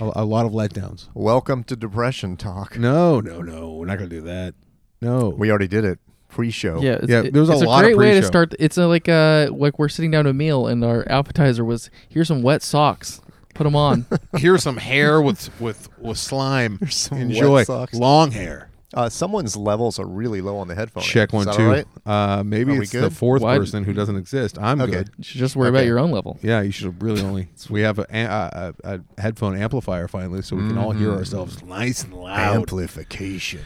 a, a lot of letdowns. Welcome to depression talk. No, no, no. We're not gonna do that. No. We already did it pre-show. Yeah, it's, Yeah, it- there was a it's lot of great way to pre-show. start. It's a, like uh like we're sitting down to a meal and our appetizer was here's some wet socks, put them on. Here's some hair with with with slime. some wet Enjoy socks. long hair. Uh, someone's levels are really low on the headphone. Check Oh, one Is that all two. right? Uh, maybe Are we it's the good? fourth Why- person who doesn't exist. I'm Okay. good. You should just worry about Okay. your own level. Yeah, you should have really only. We have a, a, a, a headphone amplifier finally, so we can all hear ourselves nice and loud. Mm-hmm. Amplification.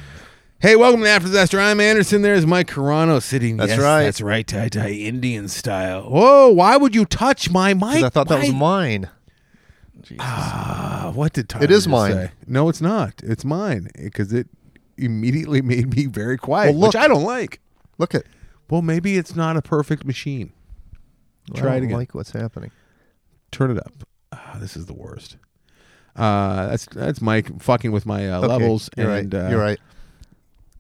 hey, welcome to After Disaster. I'm Anderson. There's Mike Carano sitting. That's Yes, right. That's right. Tie tie Indian style. Whoa! Why would you touch my mic? I thought that was Mike? mine. Jesus. Ah, what did Tyler It is just mine. say? No, it's not. It's mine because it immediately made me very quiet, Well, look. which I don't like. Look at. Well, maybe it's not a perfect machine. Try it I don't again. Like what's happening? Turn it up. Ah, this is the worst. Uh, that's that's Mike fucking with my uh, Okay, levels You're and right. uh, you're right.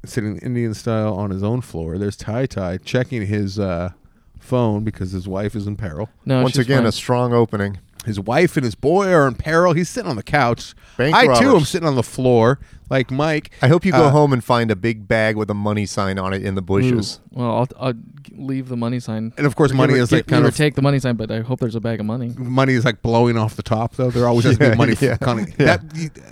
sitting Indian style on his own floor. There's Ty Ty checking his uh, phone because his wife is in peril. no, Once she's again, fine. a strong opening. His wife and his boy are in peril. He's sitting on the couch. Bank I too robbers. am sitting on the floor like Mike. I hope you go Uh, home and find a big bag with a money sign on it in the Mm. bushes. well, I'll, I'll g- leave the money sign. And of course, Give money or- is give- like kind give or of take the money sign, but I hope there's a bag of money. money is like blowing off the top though. There always has to Yeah, be money. yeah, coming. That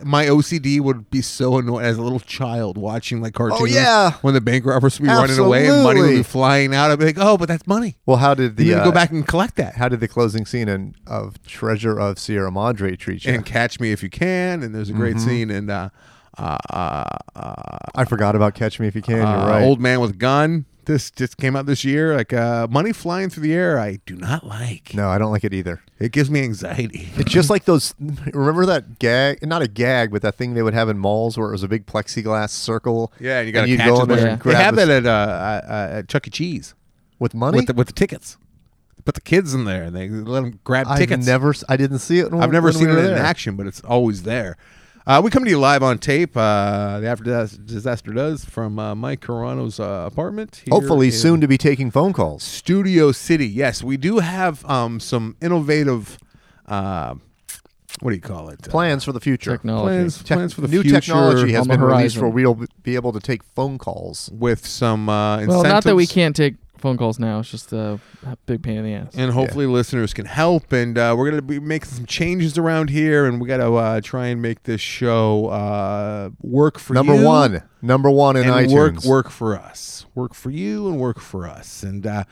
my OCD would be so annoyed as a little child watching like cartoons. Oh, yeah. when the bank robbers would be running away and money would be Absolutely. flying out, I'd be like, oh, but that's money. Well, how did You the can uh, go back and collect that How did the closing scene in, of Treasure of Sierra Madre treat you? and catch me if you can. And there's a great Mm-hmm. scene and uh, uh, uh, uh, I forgot about Catch Me If You Can. You're uh, right. old man with gun. This just came out this year. Like uh, money flying through the air, I do not like. no, I don't like it either. It gives me anxiety. It's just like those. Remember that gag? Not a gag, but that thing they would have in malls where it was a big plexiglass circle. Yeah, and you got to you'd catch go it. in there Yeah. and They grab have this- that at, uh, uh, uh, at Chuck E. Cheese. with money. with the, with the tickets. Put the kids in there and they let them grab I've tickets. never. s- I didn't see it. when- I've never when we seen it were in there. action, but it's always there. Uh, we come to you live on tape. Uh, the After Dis- Disaster Does from uh, Mike Carano's uh, apartment. here Hopefully, in soon to be taking phone calls. Studio City. Yes, we do have um, some innovative, uh, what do you call it? Uh, Plans for the future. Technology. plans, Tech- plans for the new future technology has on the been released horizon. where we'll be able to take phone calls. with some uh, Well, incentives. not that we can't take phone calls now. It's just uh, a big pain in the ass. and hopefully listeners can help and uh, we're going to be making some changes around here and we got to uh, try and make this show uh, work for Number you one, number one in and iTunes. work work for us work for you and work for us and uh,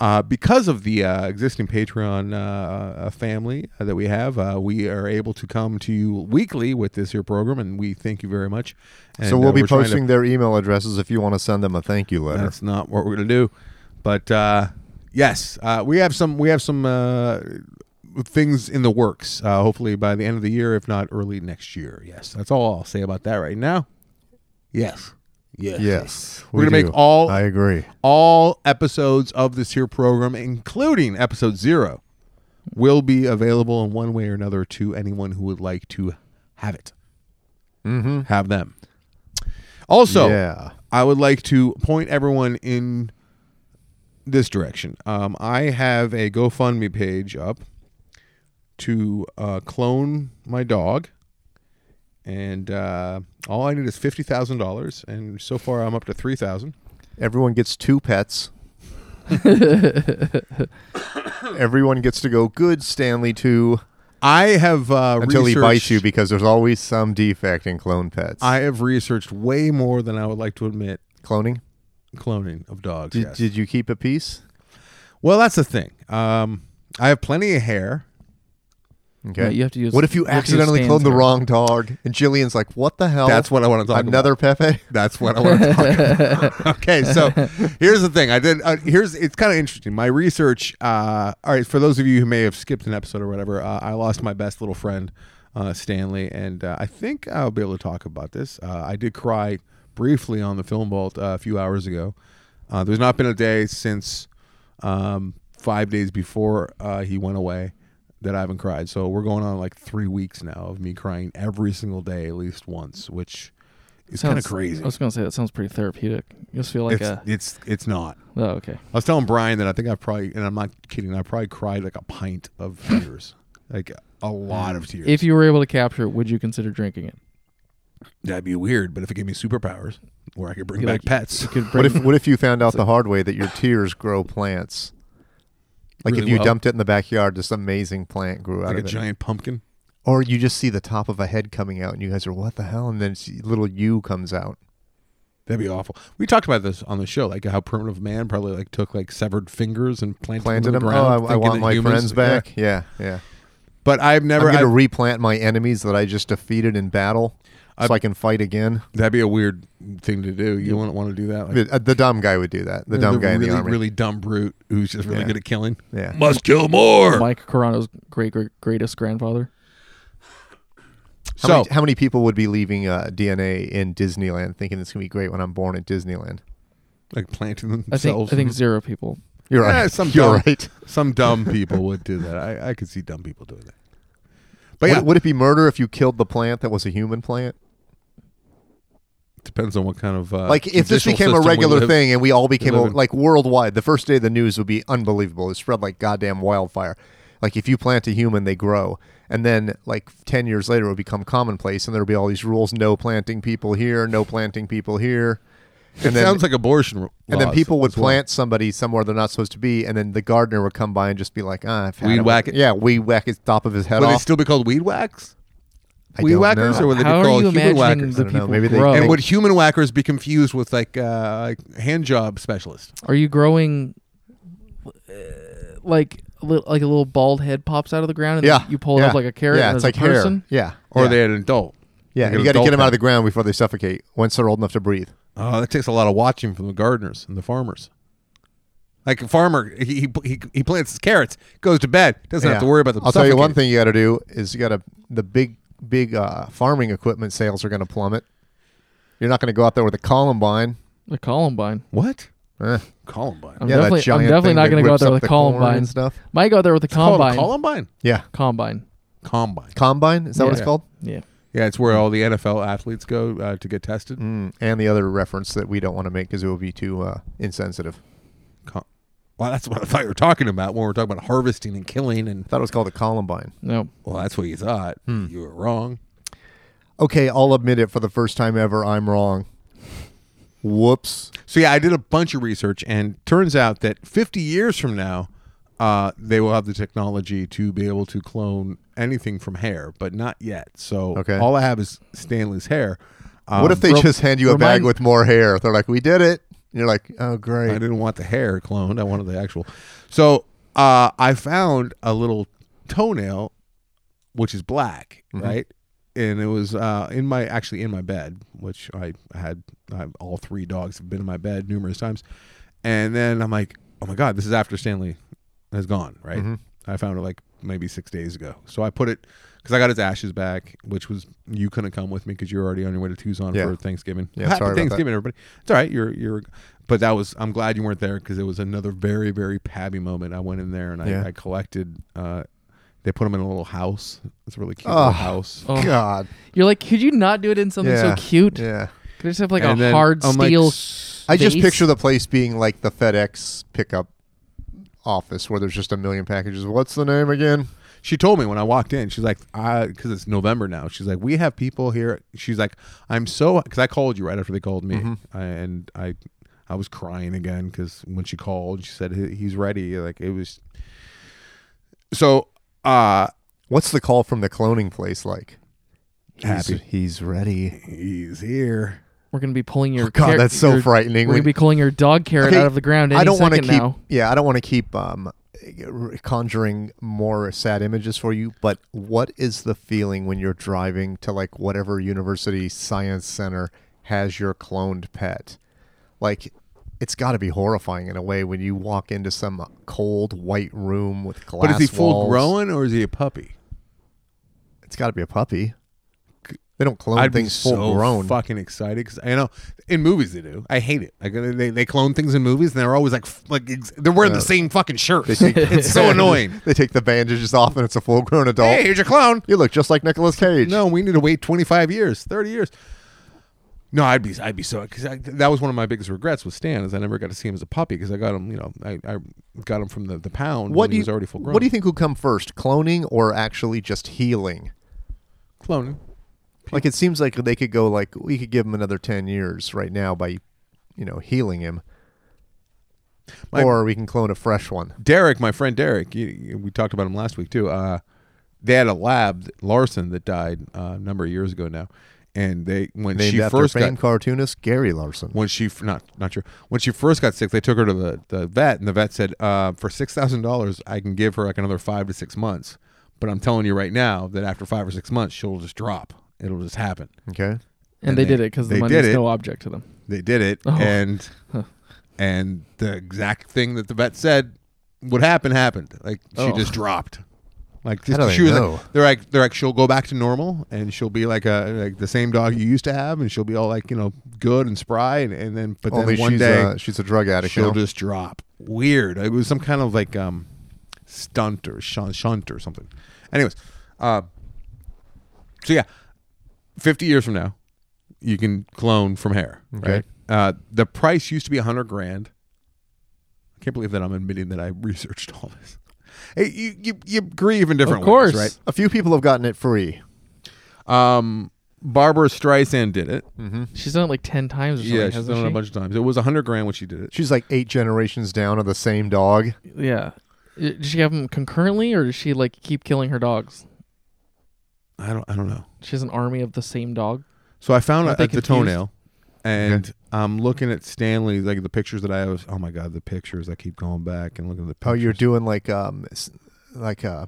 uh, because of the uh, existing patreon uh, uh, family that we have uh, we are able to come to you weekly with this here program and we thank you very much and, so we'll uh, be we're trying to- posting their email addresses if you want to send them a thank you letter. that's not what we're gonna do. But uh, yes, uh, we have some we have some uh, things in the works. Uh, hopefully by the end of the year, if not early next year. Yes, that's all I'll say about that right now. Yes, yes, yes, We're we gonna do. make all I agree. all episodes of this here program, including episode zero, will be available in one way or another to anyone who would like to have it. Mm-hmm. Have them. Also, yeah. I would like to point everyone in this direction. Um, I have a GoFundMe page up to uh, clone my dog, and uh, all I need is fifty thousand dollars, and so far I'm up to three thousand. Everyone gets two pets. Everyone gets to go good Stanley two I have uh, until he researched- bites you because there's always some defect in clone pets. I have researched way more than I would like to admit. Cloning. Cloning of dogs. Did, yes. did you keep a piece? well, that's the thing. Um, I have plenty of hair. Okay. you have to use- what if you you have to use accidentally Stan's cloned the hair. wrong dog? And Jillian's like, "What the hell?" That's what I want to talk about. another Pepe. That's what I want to talk about. okay, so here's the thing. I did. Uh, here's it's kind of interesting. My research. Uh, all right, for those of you who may have skipped an episode or whatever, uh, I lost my best little friend, uh, Stanley, and uh, I think I'll be able to talk about this. Uh, I did cry briefly on the film vault uh, a few hours ago. Uh, there's not been a day since um, five days before uh, he went away that I haven't cried. So we're going on like three weeks now of me crying every single day at least once, which. is kind of Sounds- crazy I was gonna say that sounds pretty therapeutic. You just feel like it's, a it's it's not. oh okay. I was telling Brian that I think I probably, and I'm not kidding, I probably cried like a pint of tears like a lot of tears. If you were able to capture it, would you consider drinking it? That'd be weird, but if it gave me superpowers, where I could bring You back like- pets, You could What bring- if what if you found out the hard way that your tears grow plants? Like if Really you well. dumped it in the backyard, this amazing plant grew like out a of it. giant pumpkin. or you just see the top of a head coming out, and you guys are what the hell? And then it's, little you comes out. That'd be awful. We talked about this on the show, like how primitive man probably like took like severed fingers and planted, planted them. them. in the Oh, ground, I, I thinking want that my humans- friends back. Yeah, yeah. Yeah. But I've never. I'm going I've- to replant my enemies that I just defeated in battle, so I can fight again. that'd be a weird thing to do. You wouldn't want to do that. Like, The, uh, the dumb guy would do that. The dumb guy really, in the army. really dumb brute who's just really Yeah. good at killing. yeah. Must kill more. Mike Carano's great, great greatest grandfather? so How, many, how many people would be leaving uh, DNA in Disneyland, thinking it's gonna be great when I'm born at Disneyland? like planting I think, themselves. I think zero people. You're Yeah, right. Eh, some You're dumb- right. some dumb people would do that. I, I could see dumb people doing that. But But yeah, would, would it be murder if you killed the plant that was a human plant? depends on what kind of uh, like if this judicial became a system we regular live- thing and we all became a, live in. like worldwide, the first day of the news would be unbelievable. It spread like goddamn wildfire. Like if you plant a human, they grow, and then like ten years later, it would become commonplace, and there would be all these rules: no planting people here, no planting people here, and then sounds like abortion. r- and then laws people would as well. plant somebody somewhere they're not supposed to be, and then the gardener would come by and just be like, "Ah, I've had Weed whack it? Yeah, weed whack his top of his head Would they off. still be called weed whacks? I weed don't whackers, know. Oh. or would they be How are called you human imagining whackers? I the don't know. people Maybe they- grow? And would human whackers be confused with like uh, like hand job specialists? Are you growing uh, like a li- like a little bald head pops out of the ground and Yeah, you pull it yeah. up like a carrot? Yeah, and it's there's like a person? hair. Yeah, Or yeah. are they an adult? Yeah, Like you an got to adult get them out of plant? the ground before they suffocate. Once they're old enough to breathe. Oh, that takes a lot of watching from the gardeners and the farmers. Like a farmer, he he, he, he plants his carrots, goes to bed, doesn't have Yeah. to worry about them. I'll tell you one suffocating. thing you got to do is you got to the big big uh, farming equipment sales are going to plummet. You're not going to go out there with a columbine. The Columbine. What? Eh, Columbine. I'm yeah, definitely, that giant I'm definitely thing not that going to go out rips there up with a the corn Columbine. and stuff. Might go out there with a Called a Columbine. Columbine. Yeah, Combine. Combine. combine is that what it's Yeah. called? Yeah. Yeah, it's where all the NFL athletes go uh, to get tested. Mm, and the other reference that we don't want to make because it will be too uh, insensitive. Com- well, that's what I thought you were talking about when we were talking about harvesting and killing. And I thought it was called a columbine. No. well, that's what you thought. Hmm. You were wrong. Okay, I'll admit it for the first time ever. I'm wrong. Whoops. So yeah, I did a bunch of research, and turns out that 50 years from now, uh, they will have the technology to be able to clone anything from hair, but not yet. So Okay. all I have is Stanley's hair. Um, what if they rem- just hand you a bag remind- with more hair? They're like, we did it. And you're like, oh, I great. didn't want the hair cloned. I wanted the actual. So uh, I found a little toenail, which is black, Mm-hmm. right? And it was uh, in my actually in my bed, which I had. I, all three dogs have been in my bed numerous times, and then I'm like, oh my god, this is after Stanley has gone, right? Mm-hmm. I found it like maybe six days ago. So I put it because I got his ashes back, which was you couldn't come with me because you were already on your way to Tucson Yeah. for Thanksgiving. Yeah, Happy sorry about that. Thanksgiving, everybody. It's all right. You're you're, but that was. I'm glad you weren't there because it was another very very pabby moment. I went in there and I, Yeah. I collected. Uh, they put him in a little house. It's a really cute Oh. little house. Oh. God. You're like, could you not do it in something Yeah. so cute? Yeah. Could I just have like And a then hard I'm like, steel? "S- I just base. picture the place being like the FedEx pickup office where there's just a million packages. What's the name again? She told me when I walked in. She's like, I because it's November now. She's like, we have people here. She's like, I'm so because I called you right after they called me, Mm-hmm. I, and I, I was crying again because when she called, she said "He- he's ready. Like it was. So, uh What's the call from the cloning place like? Happy. He's, he's ready. he's here. we're going to be pulling your. Oh, God, car- that's so your- frightening. We're going to be pulling your dog carrot Okay, out of the ground. Any I don't want to keep. Now. Yeah, I don't want to keep um, conjuring more sad images for you. But what is the feeling when you're driving to like whatever university science center has your cloned pet? Like, it's got to be horrifying in a way when you walk into some cold white room with glass. But is he full walls. grown or is he a puppy? It's got to be a puppy. They don't clone I'd be things full so grown. fucking excited because I know in movies they do. I hate it. Like they, they clone things in movies and they're always like f- like ex- they're wearing the same fucking shirt. it's so annoying. They take the bandages off and it's a full grown adult. Hey, here's your clown. You look just like Nicolas Cage. No, we need to wait 25 years, 30 years. No, I'd be I'd be so because that was one of my biggest regrets with Stan is I never got to see him as a puppy because I got him you know I, I got him from the, the pound when What do he you was already full grown. What do you think will come first, cloning or actually just healing? cloning? Like it seems like they could go like we could give him another ten years right now by, you know, healing him. My- or we can clone a fresh one. Derek, my friend Derek, you, you- we talked about him last week too. Uh, they had a lab Larson that died uh, a number of years ago now, and they when Named she after first got famed cartoonist Gary Larson. when she f- not not sure when she first got sick, they took her to the, the vet, and the vet said, uh, "For six thousand dollars, I can give her like another five to six months, but I'm telling you right now that after five or six months, she'll just drop. It'll just happen." Okay. And, And they, they- did it because the they money did is it. no object to them. They did it, Oh. and Huh. and the exact thing that the vet said would happen happened. Like she Oh. just dropped. Like How do just, they she was know? like, they're like they're like she'll go back to normal and she'll be like a like the same dog you used to have and she'll be all like you know good and spry and, and then but Only then one she's uh, day a, she's a drug addict. she'll now. just drop. Weird. It was some kind of like um, stunt or shun- shunt or something. Anyways, uh, so yeah, fifty years from now, you can clone from hair. Okay. Right. Uh, the price used to be a hundred grand. I can't believe that I'm admitting that I researched all this. Hey, you you, you grieve in different Of course. ways, right? a few people have gotten it free. Um, Barbara Streisand did it. She's done it like 10 times or something. yeah, she's hasn't done it a she? bunch of times. It was a hundred grand when she did it. She's like eight generations down on the same dog. Yeah. Did she have them concurrently or does she like keep killing her dogs? I don't I don't know. She has an army of the same dog. So I found it Aren't they at the confused? toenail, and I'm looking at Stanley, like the pictures that I have. Oh my god, the pictures! I keep going back and looking at the. Pictures. Oh, you're doing like um, s- like uh,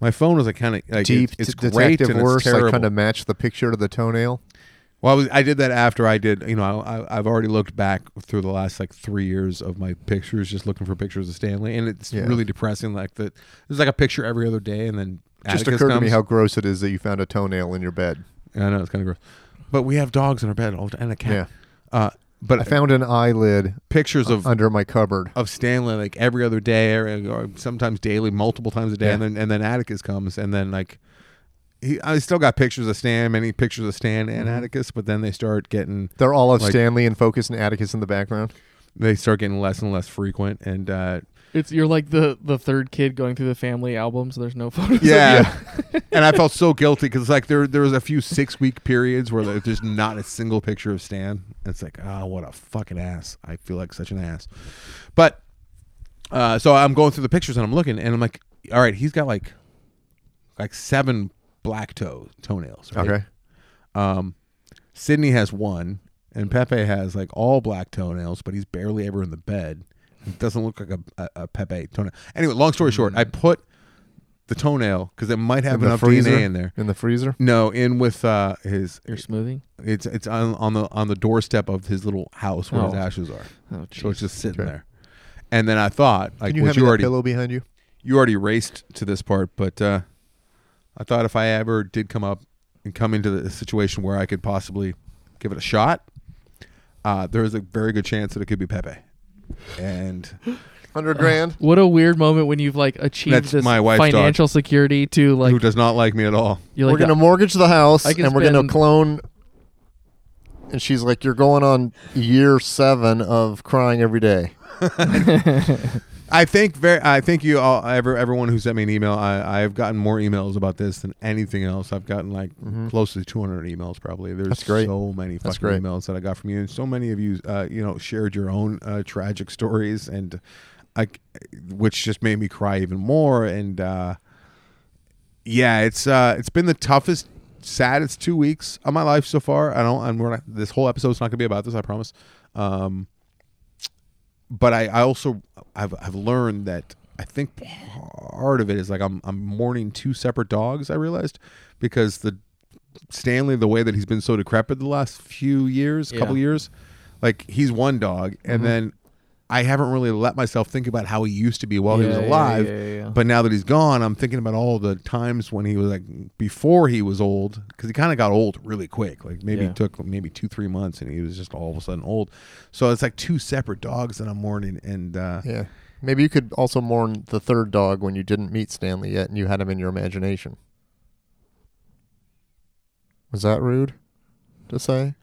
My phone was like kind of like deep It's, it's t- great detective and worse, it's terrible. like trying to match the picture to the toenail. well, I, was, I did that after I did. You know, I, I, I've already looked back through the last like three years of my pictures, just looking for pictures of Stanley, and it's Yeah. really depressing. Like that, there's like a picture every other day, and then Just Atticus occurred to me comes. how gross it is that you found a toenail in your bed. I know it's kind of gross, but we have dogs in our bed all the time, and a Yeah, cat. Uh, but I found an eyelid pictures of under my cupboard. of Stanley like every other day or, or sometimes daily, multiple times a day, Yeah. and then and then Atticus comes and then like he I still got pictures of Stan, many pictures of Stan and Atticus, but then they start getting They're all of Like- Stanley and Focus and Atticus in the background. they start getting less and less frequent and uh It's you're like the the third kid going through the family album, so there's no photos. yeah, and I felt so guilty because like there there was a few six week periods where like, there's not a single picture of Stan. It's like oh what a fucking ass. I feel like such an ass, but uh, so I'm going through the pictures and I'm looking and I'm like, all right, he's got like like seven black toe toenails. Right? Okay, Um, Sydney has one, and Pepe has like all black toenails, but he's barely ever in the bed. It doesn't look like a, a, a Pepe toenail. Anyway, long story short, I put the toenail because it might have In the enough freezer? DNA in there. in the freezer. No, in with uh, his. Your smoothie? It's it's on, on the on the doorstep of his little house where his Oh. ashes are. Oh, So it's jeez. just sitting Okay. there. And then I thought, like, Can you which have you that already pillow behind you? you already raced to this part, but uh, I thought if I ever did come up and come into the situation where I could possibly give it a shot, uh, there is a very good chance that it could be Pepe. And Hundred grand. What a weird moment when you've like achieved That's this my wife's financial security to like who does not like me at all? you're we're like gonna mortgage the house I can and we're gonna spend- clone and she's like you're going on year seven of crying every day I think very. I think you all, ever, everyone who sent me an email. I, I've gotten more emails about this than anything else. I've gotten like close to 200 emails probably. There's Mm-hmm. That's great. so many That's fucking great. emails that I got from you, and so many of you, uh, you know, shared your own uh, tragic stories, and I, which just made me cry even more. And uh, yeah, it's uh, it's been the toughest, saddest two weeks of my life so far. I don't. I'm. We're not, this whole episode's not gonna be about this. I promise. Um, but I, I also I've I've learned that I think part of it is like I'm I'm mourning two separate dogs. I realized because the Stanley, the way that he's been so decrepit the last few years, Yeah. Mm-hmm. couple years, like he's one dog, and then I haven't really let myself think about how he used to be while he was Yeah, yeah, alive. yeah, yeah, yeah. But now that he's gone, I'm thinking about all the times when he was like before he was old, because he kind of got old really quick. Like maybe Yeah. it took maybe two three months, and he was just all of a sudden old. So it's like two separate dogs that I'm mourning, and uh, yeah maybe you could also mourn the third dog when you didn't meet stanley yet and you had him in your imagination was that rude to say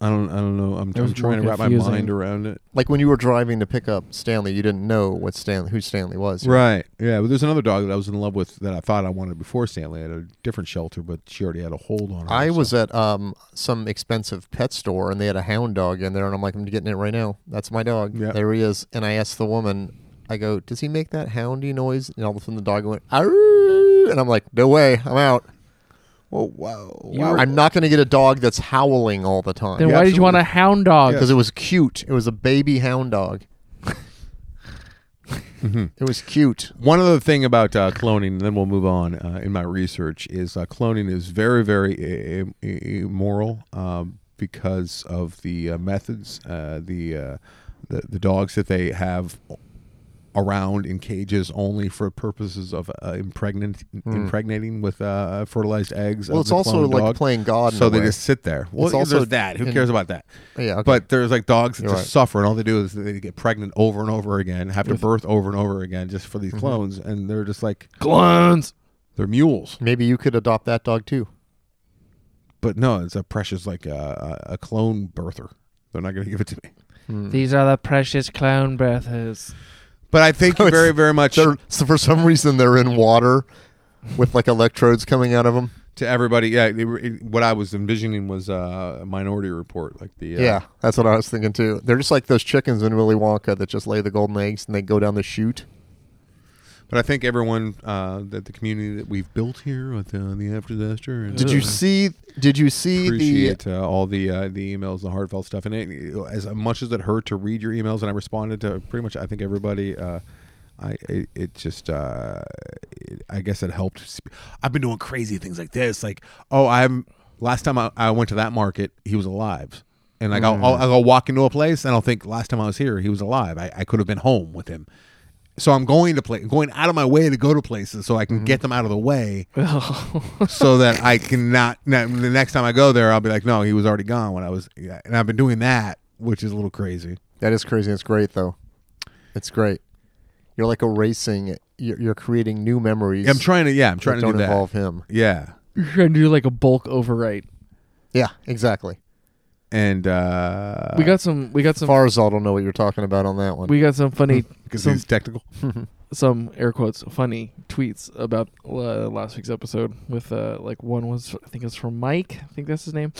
I don't. I don't know. I'm, It was I'm trying to more wrap my confusing. mind around it. Like when you were driving to pick up Stanley, you didn't know what Stan who Stanley was. Right. Yeah. But there's another dog that I was in love with that I thought I wanted before Stanley at a different shelter, but she already had a hold on her. I so- was at um, some expensive pet store and they had a hound dog in there, and I'm like, I'm getting it right now. That's my dog. Yeah. There he is. And I asked the woman, I go, does he make that houndy noise? And all of a sudden the dog went, Arr! and I'm like, no way, I'm out. Whoa. Whoa. You wow. were- I'm not going to get a dog that's howling all the time. Then Yeah, why did you want a hound dog? because it was cute. It was a baby hound dog. Mm-hmm. It was cute. One other thing about uh, cloning, and then we'll move on uh, in my research, is uh, cloning is very, very i- i- immoral um, because of the uh, methods, uh, the, uh, the the dogs that they have around in cages only for purposes of uh, impregnant, impregnating with uh, fertilized eggs. Hmm. Well, of it's the also cloned like dog. playing God. in So a they way. just sit there. Well, It's also there's that. Who in- cares about that? Yeah, okay. But there's like dogs that You're just right. suffer, and all they do is they get pregnant over and over again, have to birth over and over again, just for these Mm-hmm. clones, and they're just like Clones. they're mules. maybe you could adopt that dog too. But no, it's a precious like uh, a, a a clone birther. They're not going to give it to me. Mm. These are the precious clown breathers. But I thank you it's- very, very much They're, so for some reason they're in water with like electrodes coming out of them. to everybody. Yeah, they were, it- what I was envisioning was uh, a Minority Report, like the uh, Yeah. that's what I was thinking too. They're just like those chickens in Willy Wonka that just lay the golden eggs and they go down the chute. But I think everyone uh, that the community that we've built here at the, the after disaster. And, Did you uh, see? Did you see the? appreciate uh, all the uh, the emails, the heartfelt stuff, and it, as much as it hurt to read your emails, and I responded to pretty much I think everybody. Uh, I it, it just uh, it, I guess it helped. sp- I've been doing crazy things like this, like oh I'm last time I, I went to that market, he was alive. And like I'll, I'll, Mm. I'll walk into a place and I'll think last time I was here he was alive. I, I could have been home with him. So I'm going to play, going out of my way to go to places so I Mm-hmm. can get them out of the way so that I cannot. Now, the next time I go there, I'll be like, no, he was already gone when I was. Yeah. And I've been doing that, which is a little crazy. That is crazy. It's great though. It's great. You're like erasing. You're, you're creating new memories. I'm trying to. Yeah, I'm trying that to do don't that. involve him. Yeah, You're trying to do like a bulk overwrite. Yeah, exactly. and uh, we got some. We got some. Farzal don't know what you're talking about on that one. we got some funny. because some, he's technical. some air quotes funny tweets about uh, last week's episode with uh, like one was I think it's from Mike I think that's his name.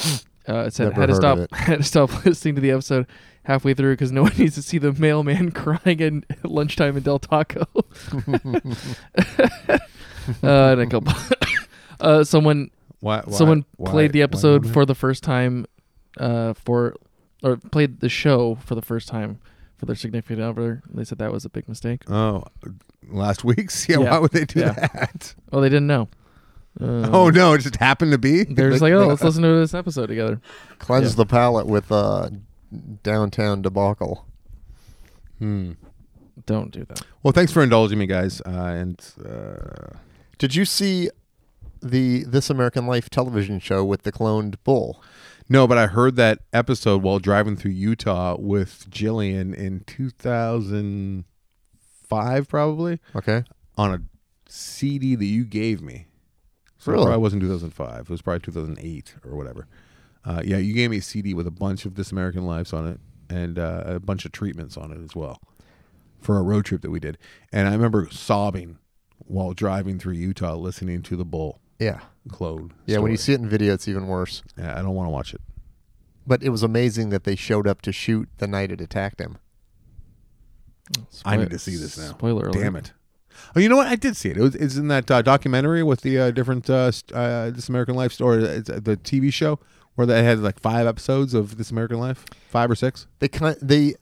Uh, it said Hmm. Never had to heard stop of it. had to stop listening to the episode halfway through because no one needs to see the mailman crying in- at lunchtime in Del Taco. uh, and a couple. uh, someone Why, why, someone why- played the why episode not? for the first time uh, for or played the show for the first time for their significant other. They said that was a big mistake. Oh, last week's. Yeah, Yeah. Why would they do Yeah. that? Oh, they didn't know. Uh, oh no, it just happened to be. They're just like, oh, let's listen to this episode together. Cleanse Yeah. the palate with uh, downtown debacle. Hmm. Don't do that. Well, thanks for indulging me, guys. Uh, and uh, Did you see the This American Life television show with the cloned bull? no, but I heard that episode while driving through Utah with Jillian in 2005, probably. Okay. on a CD that you gave me. So Really? it probably wasn't 2005. It was probably 2008 or whatever. Uh, yeah, you gave me a CD with a bunch of This American Lives on it and uh, a bunch of treatments on it as well for a road trip that we did. And I remember sobbing while driving through Utah listening to the bull Yeah. clone. Yeah. When you story. see it in video, it's even worse. yeah, I don't want to watch it. But it was amazing that they showed up to shoot the night it attacked him. I Spoil- need to see this now. Spoiler alert. Damn it. Oh, you know what? I did see it. It was it's in that uh, documentary with the uh, different uh, st- uh, This American Life story. It's uh, the TV show where they had like five episodes of This American Life, five or six. They kind they,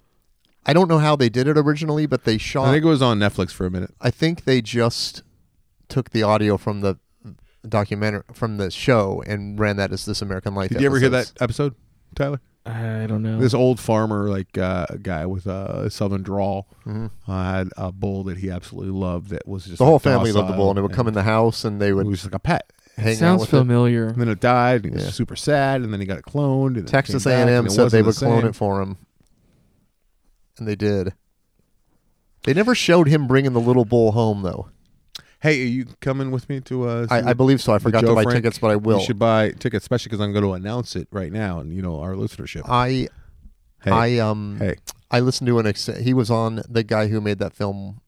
I don't know how they did it originally, but they shot. I think it was on Netflix for a minute. I think they just took the audio from the documentary from the show and ran that as This American Life. Did you ever hear that episodes. episode, Tyler? I don't know. This old farmer like uh, guy with a southern drawl uh, had a bull that he absolutely loved. That was just Mm-hmm. The like, whole family loved the docile bull, and it would come in the house, and they It would was like a pet. hang out sounds with it. familiar. And then it died, and he was Yeah. super sad. And then he got it cloned. And it Texas came back, A&M and it said they wasn't would the clone same. it for him, and they did. They never showed him bringing the little bull home, though. Hey, are you coming with me to? Uh, see I, I the- believe so. I the forgot Joe to buy Frank? tickets, but I will. You should buy tickets, especially because I'm going to announce it right now, and you know our listenership. I hey, I um hey, I listened to an ex- he was on the guy who made that film.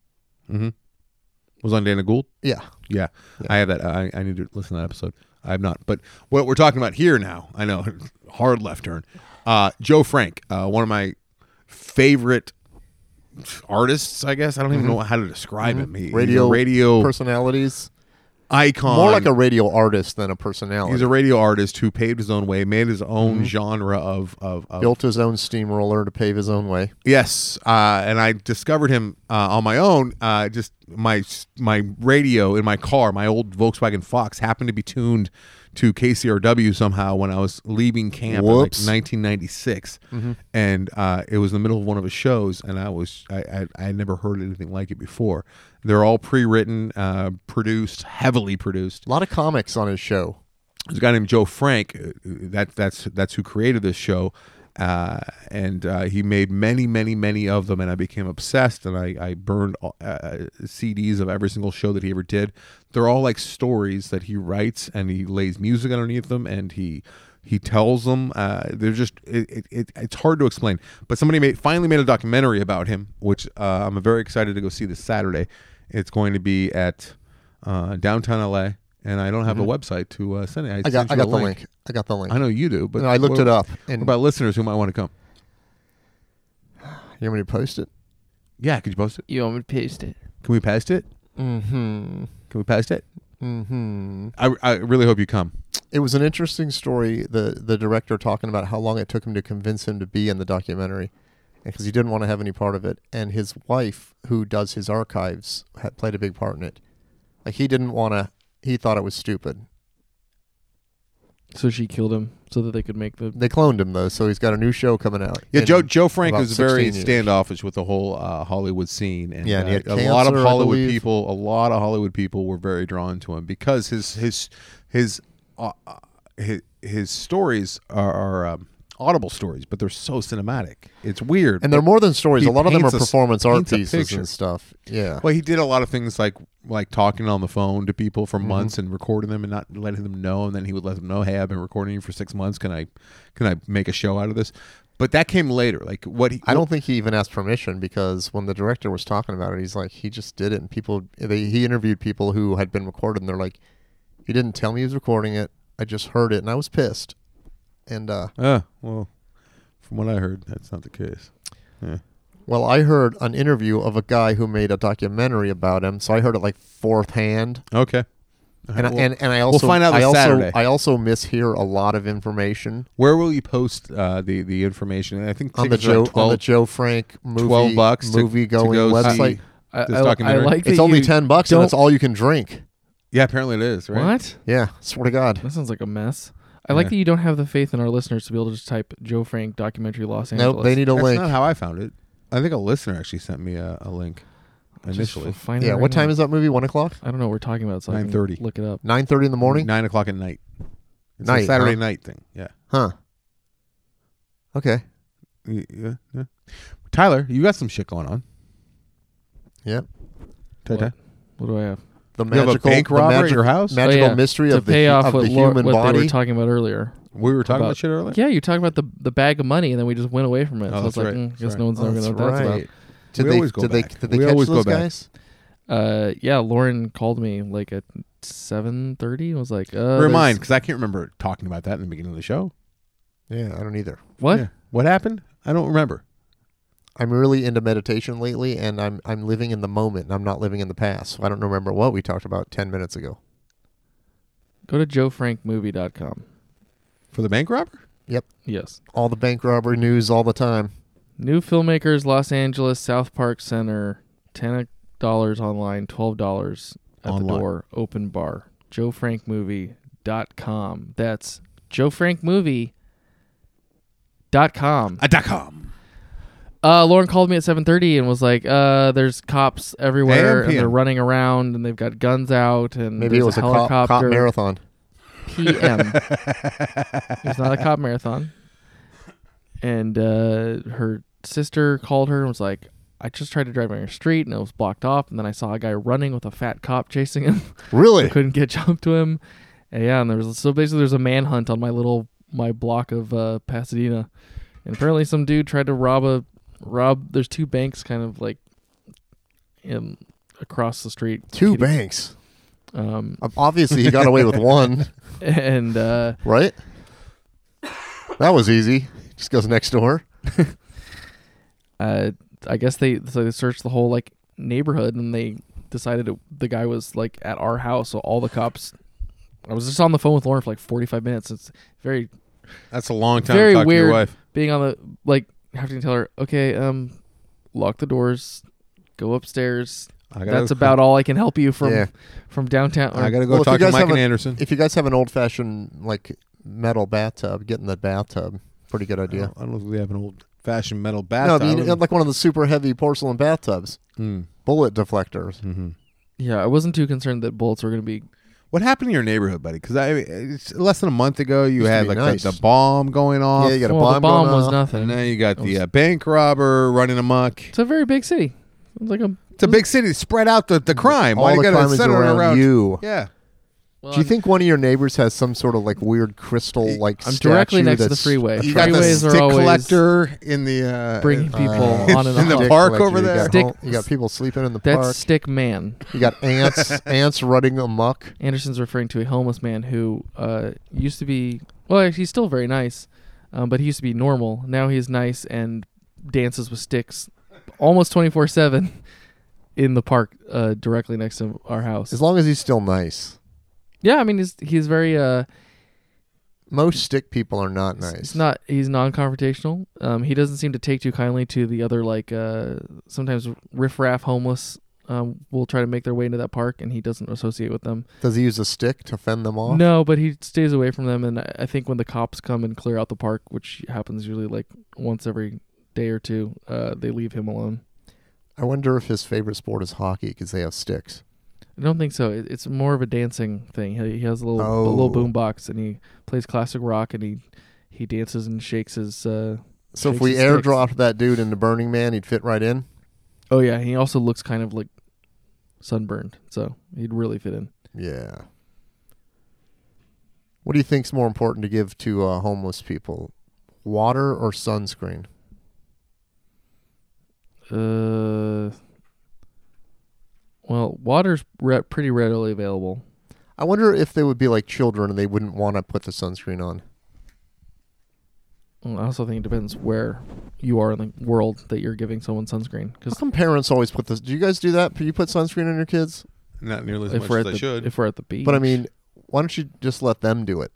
was on Dana Gould. Yeah. Yeah, I have that. I, I need to listen to that episode. I have not. But what we're talking about here now, I know, hard left turn. Uh, Joe Frank, uh, one of my favorite artists, I guess. I don't even know how to describe him. He- he's a Mm-hmm. Radio radio personalities. icon. More like a radio artist than a personality. He's a radio artist who paved his own way, made his own Mm-hmm. genre of of, of built his own steamroller to pave his own way. Yes, uh, and I discovered him uh, on my own. Uh, just my my radio in my car, my old Volkswagen Fox, happened to be tuned to KCRW somehow when I was leaving camp in like Whoops. 1996, and uh, it was in the middle of one of his shows, and I was I I, I had never heard anything like it before. They're all pre-written, uh, produced, heavily produced. A lot of comics on his show. There's a guy named Joe Frank. uh, That that's that's who created this show, uh, and uh, he made many, many, many of them. And I became obsessed, and I I burned all- uh, CDs of every single show that he ever did. They're all like stories that he writes, and he lays music underneath them, and he he tells them. Uh, they're just it, it, it, it's hard to explain. But somebody made finally made a documentary about him, which uh, I'm very excited to go see this Saturday. It's going to be at uh, downtown LA, and I don't have a website to uh, send it. I, Mm-hmm. I sent got I you a got the link. I got the link. I know you do, but No, I looked what- it up, What and- about listeners who might want to come? You want me to post it? Yeah, could you post it? You want me to paste it? Can we post it? Mm-hmm. Can we post it? Mm-hmm. I, I really hope you come. It was an interesting story. The the director talking about how long it took him to convince him to be in the documentary, because he didn't want to have any part of it. And his wife, who does his archives, had played a big part in it. Like he didn't want to. He thought it was stupid. So she killed him so that they could make the. They cloned him though, so he's got a new show coming out. Yeah, in- Joe Joe Frank about was very 16 years. standoffish with the whole uh, Hollywood scene, and, Yeah, and he uh, had a lot of cancer, I Hollywood believe. people, a lot of Hollywood people were very drawn to him because his his his uh, uh, his, his stories are, are um, audible stories, but they're so cinematic. It's weird, And they're more than stories. He A lot of them are paints a s- performance art paints a pieces picture. and stuff. Yeah. Well, he did a lot of things like like talking on the phone to people for Mm-hmm. months and recording them and not letting them know, and then he would let them know, "Hey, I've been recording you for six months. Can I can I make a show out of this?" But that came later. Like what he I don't think he even asked permission because when the director was talking about it, he's like, he just did it, and people they he interviewed people who had been recorded, and they're like, he didn't tell me he was recording it. I just heard it, and I was pissed. And uh, Ah, well, from what I heard, that's not the case. well, I heard an interview of a guy who made a documentary about him, so I heard it like fourth hand. Okay, And I, and, and I also Uh-huh. find out I this also Saturday. I also mishear a lot of information where will you post uh, the the information? And I think on the tickets are Joe like on the 12, Joe Frank movie 12 bucks to- movie going to go website. see. I, This I- I documentary? like that it's only you ten bucks, don't- and it's all you can drink. Yeah, apparently it is. Right? What? Yeah, swear to God. That sounds like a mess. I Yeah. like that you don't have the faith in our listeners to be able to just type Joe Frank documentary Los Angeles. Nope, they need a That's link. not how I found it. I think a listener actually sent me a, a link initially. yeah, what time is that movie? One o'clock? I don't know. what We're talking about so I can 9:30. Look it up. Nine thirty in the morning? nine o'clock at night. It's a Night, Saturday huh? night thing. Yeah. Huh. Okay. Y- Yeah, yeah. Tyler, you got some shit going on. Yeah. Ty- What? Ty? what do I have? The You have a magical bank the robber at magic- your house. magical Oh, yeah, mystery to of pay the, hu- off of what, the Laura- human what they body. were talking about earlier. we were talking about, About- shit earlier. Yeah, you talked about the the bag of money, and then we just went away from it. Oh, so I that's was like, right. mm, That's guess right. no one's Oh, ever gonna that's know what that's right. Did We they, always go did they, back. did they We catch always go those back. guys? about. Uh, yeah, Lauren called me like at seven thirty. and Was like, uh, Remind, there's- because I can't remember talking about that in the beginning of the show. Yeah, I don't either. what? Yeah. What happened? I don't remember. I'm really into meditation lately, and I'm I'm living in the moment. and I'm not living in the past. So I don't remember what we talked about ten minutes ago. Go to joefrankmovie.com. For the bank robber? Yes. All the bank robbery news all the time. New filmmakers, Los Angeles, South Park Center, ten dollars online, twelve dollars at the Online. door, open bar. JoeFrankMovie.com. That's JoeFrankMovie.com. A dot com. Uh, Lauren called me at seven thirty and was like, uh, "There's cops And everywhere, and, they're PM. running around, and they've got guns out, and Maybe there's it was a, cop, helicopter." cop marathon. PM. it's not a cop marathon. And uh, her sister called her and was like, I just tried to drive down your street and it was blocked off. And then I saw a guy running with a fat cop chasing him. I Really? couldn't catch up to him. And yeah, and there was so basically there's a manhunt on my little my block of uh, Pasadena, and apparently some dude tried to rob a rob. There's two banks kind of like um across the street. Two banks. Um, Um, Obviously, he got away with one, and uh, right? That was easy. Just goes next door. uh, I guess they so they searched the whole like neighborhood and they decided it, the guy was like at our house, so all the cops. I was just on the phone with Lauren for like 45 minutes. It's very That's a long time Very to talk to your weird. wife. being on the like having to tell her, okay, um, lock the doors, go upstairs. I gotta, That's about all I can help you from Yeah. from downtown. or- I gotta go Well, if you talk to guys Mike have and a- Anderson. If you guys have an old fashioned like metal bathtub, get in the bathtub. Pretty good I idea. don't, I don't think we have an old fashioned metal No, bathtub. I mean, like one of the super heavy porcelain bathtubs, Mm, bullet deflectors. mhm. yeah, I wasn't too concerned that bullets were gonna be. What happened to your neighborhood, buddy? Because I it's less than a month ago you Used to had be like nice. the, the bomb going off. Yeah, you got a well, bomb. the bomb going was off. and nothing. now you got It the was- uh, bank robber running amok. It's a very big city. It's like a. It's a big city. Spread out the, the crime. All Why the you crime gotta is center it around around you. Yeah. well, Do you think one of your neighbors has some sort of like weird crystal like I'm directly statue next to the that's- freeway? You got the Freeways are stick always collector in the uh, bringing people Uh, on and in off. the Stick park collector. over You there? got Stick- hol- you got people sleeping in the That's park. Stick Man. You got ants, ants running amok. Anderson's referring to a homeless man who uh, used to be well, he's still very nice, um, but he used to be normal. Now he's nice and dances with sticks, almost twenty four seven, in the park uh, directly next to our house. As long as he's still nice. yeah, I mean he's he's very uh, Most stick people are not nice. He's not. He's non-confrontational. Um, he doesn't seem to take too kindly to the other like uh, sometimes riffraff homeless. Um, will try to make their way into that park, and he doesn't associate with them. Does he use a stick to fend them off? No, but he stays away from them, and I I think when the cops come and clear out the park, which happens usually like once every day or two, uh, they leave him alone. I wonder if his favorite sport is hockey because they have sticks. I don't think so. It- It's more of a dancing thing. He he has a little a Oh. little boombox, and he plays classic rock, and he he dances and shakes his. Uh, So if Shakes we his sticks. airdropped that dude into Burning Man, he'd fit right in. oh yeah, he also looks kind of like sunburned, so he'd really fit in. Yeah. What do you think's more important to give to uh, homeless people, water or sunscreen? Uh, well, water's re- pretty readily available. I wonder if they would be like children and they wouldn't want to put the sunscreen on. Well, I also think it depends where you are in the world that you're giving someone sunscreen. How Because come parents always put this? Do you guys do that? Do you put sunscreen on your kids? Not nearly as if much we're as at I the should. if we're at the beach, But I mean, why don't you just let them do it?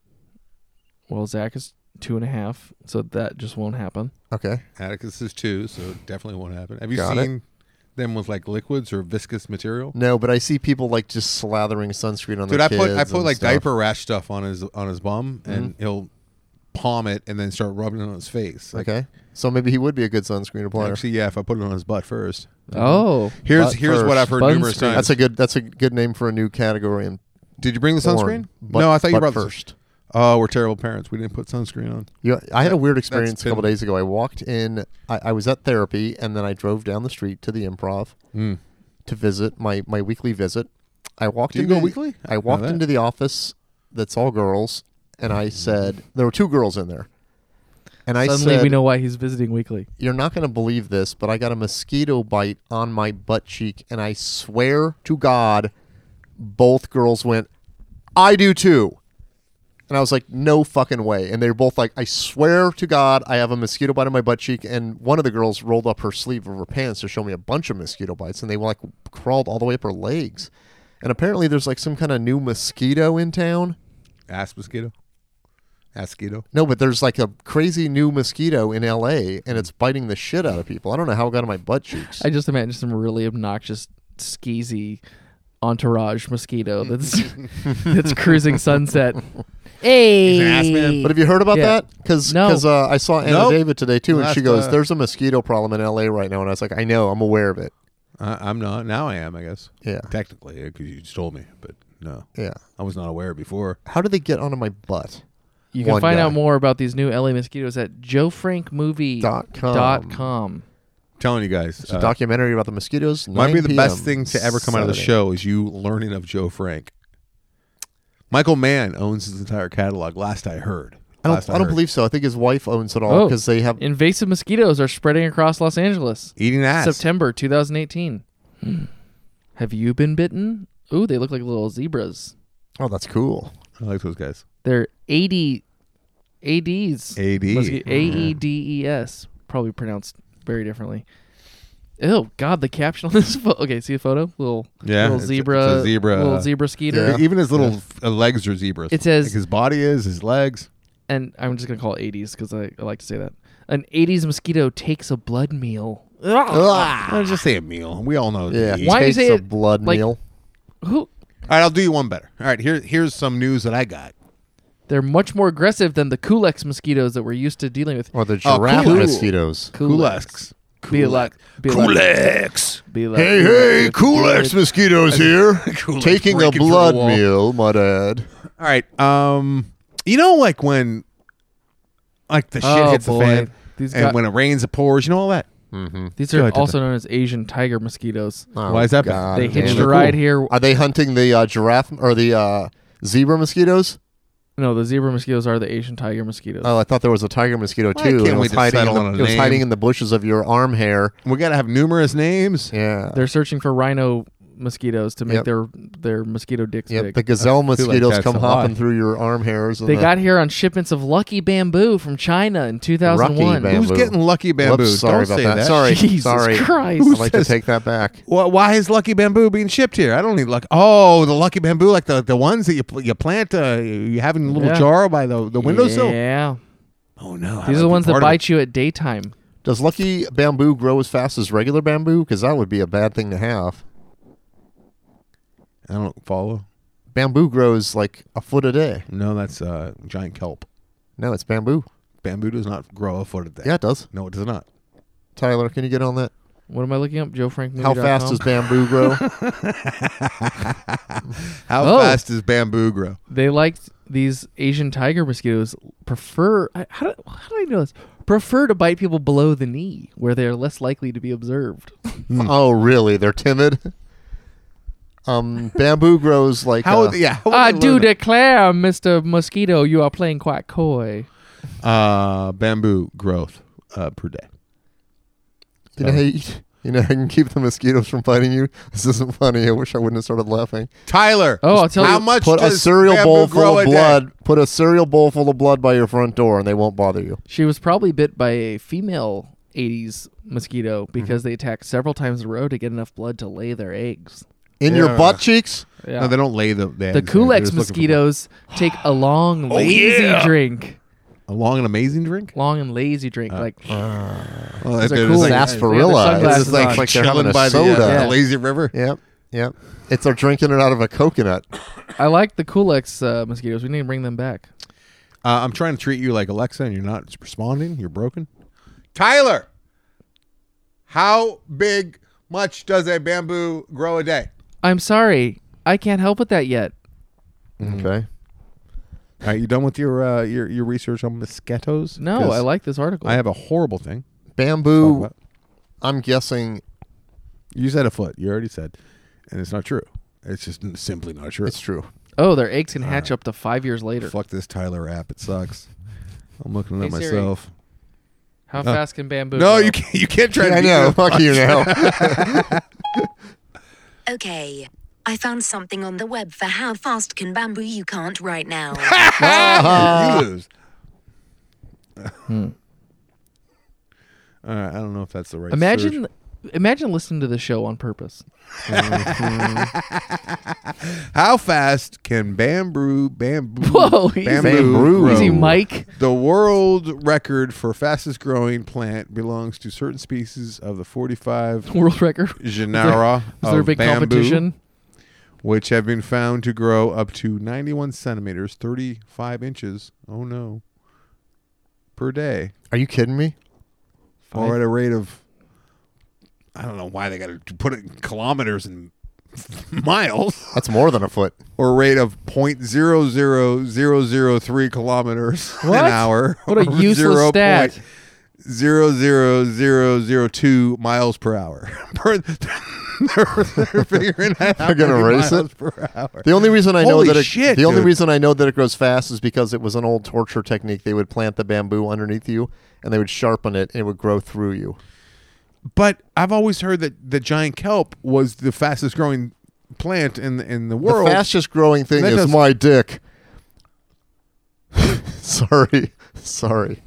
well, Zach is two and a half, so that just won't happen. Okay. Atticus is two, so definitely won't happen. Have you Got it. seen them with like liquids or viscous material? No, but I see people like just slathering sunscreen on Dude, their I kids. put I put and like stuff. Mm-hmm. diaper rash stuff on his on his bum, and he'll palm it and then start rubbing it on his face. Like, Okay. So maybe he would be a good sunscreen applier. actually, yeah, if I put it on his butt first. Oh, Here's Butt here's what first. I've heard Bun numerous screen. times. That's a good. That's a good name for a new category in Did you bring the porn. sunscreen? Butt- no, I thought you brought butt the- first. Oh, we're terrible parents. We didn't put sunscreen on. You, I had a weird experience a been- couple days ago. I walked in. I, I was at therapy, and then I drove down the street to the improv Mm. to visit my my weekly visit. I walked. Do you into go the- weekly? I didn't know walked that. into the office that's all girls, and Mm-hmm. I said there were two girls in there, and I suddenly said, we know why he's visiting weekly. "You're not going to believe this, but I got a mosquito bite on my butt cheek, and I swear to God, both girls went, I do too." And I was like, "No fucking way!" And they were both like, "I swear to God, I have a mosquito bite on my butt cheek." And one of the girls rolled up her sleeve of her pants to show me a bunch of mosquito bites, and they like crawled all the way up her legs. And apparently, there's like some kind of new mosquito in town. ass mosquito. Asquito. No, but there's like a crazy new mosquito in LA and it's biting the shit out of people. I don't know how it got on my butt cheeks. I just imagine some really obnoxious, skeezy entourage mosquito that's that's cruising sunset. man. but have you heard about Yeah. that? Because No. uh, I saw Anna Nope. David today too, and That's she goes, the- "There's a mosquito problem in LA right now," and I was like, "I know, I'm aware of it." I, I'm not. Now I am. I guess Yeah, technically because you just told me, but no, yeah. I was not aware before. How did they get onto my butt? You can One find guy. out more about these new LA mosquitoes at joefrankmovie.com. Dot com. telling you guys. It's a uh, documentary about the mosquitoes. might be 9 the best p.m. thing to ever come out of the Saturday. show is you learning of Joe Frank. Michael Mann owns his entire catalog. Last I heard. I don't, Last I don't heard. believe so. I think his wife owns it all Oh. because they have. Invasive mosquitoes are spreading across Los Angeles. eating ass. September 2018. Hmm. Have you been bitten? Ooh, they look like little zebras. Oh, that's cool. I like those guys. They're 80 ADs. AD. Mosqui- A E D E S. Probably pronounced very differently. Oh God, the caption on this photo. Okay, see the photo? Little Yeah, little it's a- zebra, it's a zebra. little zebra skeeter. Yeah. Even his little uh, legs are zebras. It says- Like his body is his legs. And I'm just gonna call it 80s because I, I like to say that. An 80s mosquito takes a blood meal. Ah. I just say a meal. We all know. Yeah, the- E. Why do you takes say a it, blood like- meal? Who? All right, I'll do you one better. All right, here here's some news that I got. They're much more aggressive than the Culex mosquitoes that we're used to dealing with. Or the Oh, giraffe cool. mosquitoes? Kulaks. Be like, be like, Kulex. be like. Hey, hey, Kulex mosquitoes here. Kulex Taking a breaking through blood the wall. meal, might I add. All right. Um, you know, like when, like the shit Oh, hits boy. the fan, These and got- when it rains, it pours. You know all that. These Go are ahead, also known as Asian tiger mosquitoes. Oh, Why is that bad? God They damn hitched it. a ride here. Are they hunting the uh, giraffe or the uh, zebra mosquitoes? No, the zebra mosquitoes are the Asian tiger mosquitoes. Oh, I thought there was a tiger mosquito Why can't too. and it we was just hiding in settle the, on a it was name? hiding in the bushes of your arm hair. We gotta have numerous names. Yeah. They're searching for rhino mosquitoes to make Yep. their their mosquito dicks Yep, big. the gazelle like mosquitoes that's come a hopping lie. through your arm hairs. And they the- got here on shipments of lucky bamboo from China in 2001. Rocky bam- Who's Bamboo. getting lucky bamboo? Whoops, Don't sorry about say that. that. Sorry, Jesus sorry. Christ. I'd like to Who's take that back. Why, why is lucky bamboo being shipped here? I don't need luck. Oh, the lucky bamboo, like the, the ones that you pl- you plant, uh, you have in a little Yeah. jar by the the windowsill. Yeah. Oh no, I'd These like are the to ones be that part of it. bite you at daytime. Does lucky bamboo grow as fast as regular bamboo? Because that would be a bad thing to have. I don't follow. Bamboo grows like a foot a day. No, that's uh, giant kelp. No, it's bamboo. Bamboo does not grow a foot a day. Yeah, it does. No, it does not. Tyler, can you get on that? What am I looking up? Joe Frank. How fast does bamboo grow? How Oh. fast does bamboo grow? they liked these Asian tiger mosquitoes? Prefer I- how do, how do I know this? Prefer to bite people below the knee, where they are less likely to be observed. Mm. oh, really? They're timid. Um, bamboo grows like How? uh, would- yeah. How would I they do learn declare, Mister Mosquito, you are playing quite coy. Uh, bamboo growth uh, per day. You know, how you, you know, how you can keep the mosquitoes from biting you. This isn't funny. I wish I wouldn't have started laughing. Tyler. Oh, I'll tell how you- much Put a does cereal bamboo bowl full grow of a day? blood. Put a cereal bowl full of blood by your front door, and they won't bother you. She was probably bit by a female 80s mosquito because they attack several times in a row to get enough blood to lay their eggs. In your Yeah. butt cheeks. Yeah. No, they don't lay the the, the Kulex mosquitoes take a long, lazy drink. A long and amazing drink. Long and lazy drink. like, Well, Those if are it is cool. like- sarsaparilla. they have their It's just like, sunglasses like they're having chilling a by the, uh, soda. the lazy river. Yep, yep. It's they're drinking it out of a coconut. I like the Kulex uh, mosquitoes. We need to bring them back. Uh, I'm trying to treat you like Alexa, and you're not responding. You're broken. Tyler, how big, much does a bamboo grow a day? I'm sorry. I can't help with that yet. Mm-hmm. Okay. All right, you done with your uh, your your research on mosquitoes? No, 'Cause I like this article. I have a horrible thing. to talk Bamboo. about. I'm guessing You said a foot. You already said, and it's not true. It's just n- simply not true. it's true. oh, their eggs can hatch up to five years later. Uh, Fuck this Tyler app. It sucks. I'm looking at Hey, Siri. myself. How fast can bamboo? Uh, No, grow? you can't. You can't try. to I beat know. me. Fuck you now. Okay. I found something on the web for how fast can bamboo you can't right now. you lose. All right, I don't know if that's the right. Imagine, imagine listening to the show on purpose. search. how fast can bamboo bamboo Whoa, easy. bamboo Easy, grow? Mike. The world record for fastest growing plant belongs to certain species of the 45 World record. genera Is there a of big bamboo, competition? which have been found to grow up to 91 centimeters, 35 inches. Oh no, per day. Are you kidding me? or at a rate of I don't know why they got to put it in kilometers and miles, That's more than a foot. or a rate of point zero zero zero zero three kilometers What? an hour. What a or useless stat. 0.00002 miles per hour. Per- they're, they're figuring out how They're gonna many race miles it? per hour. The only reason I know Holy that it, shit, the only dude. reason I know that it grows fast is because it was an old torture technique. They would plant the bamboo underneath you, and they would sharpen it, and it would grow through you. But I've always heard that the giant kelp was the fastest growing plant in in the world. The fastest growing thing That is does- my dick. sorry, sorry.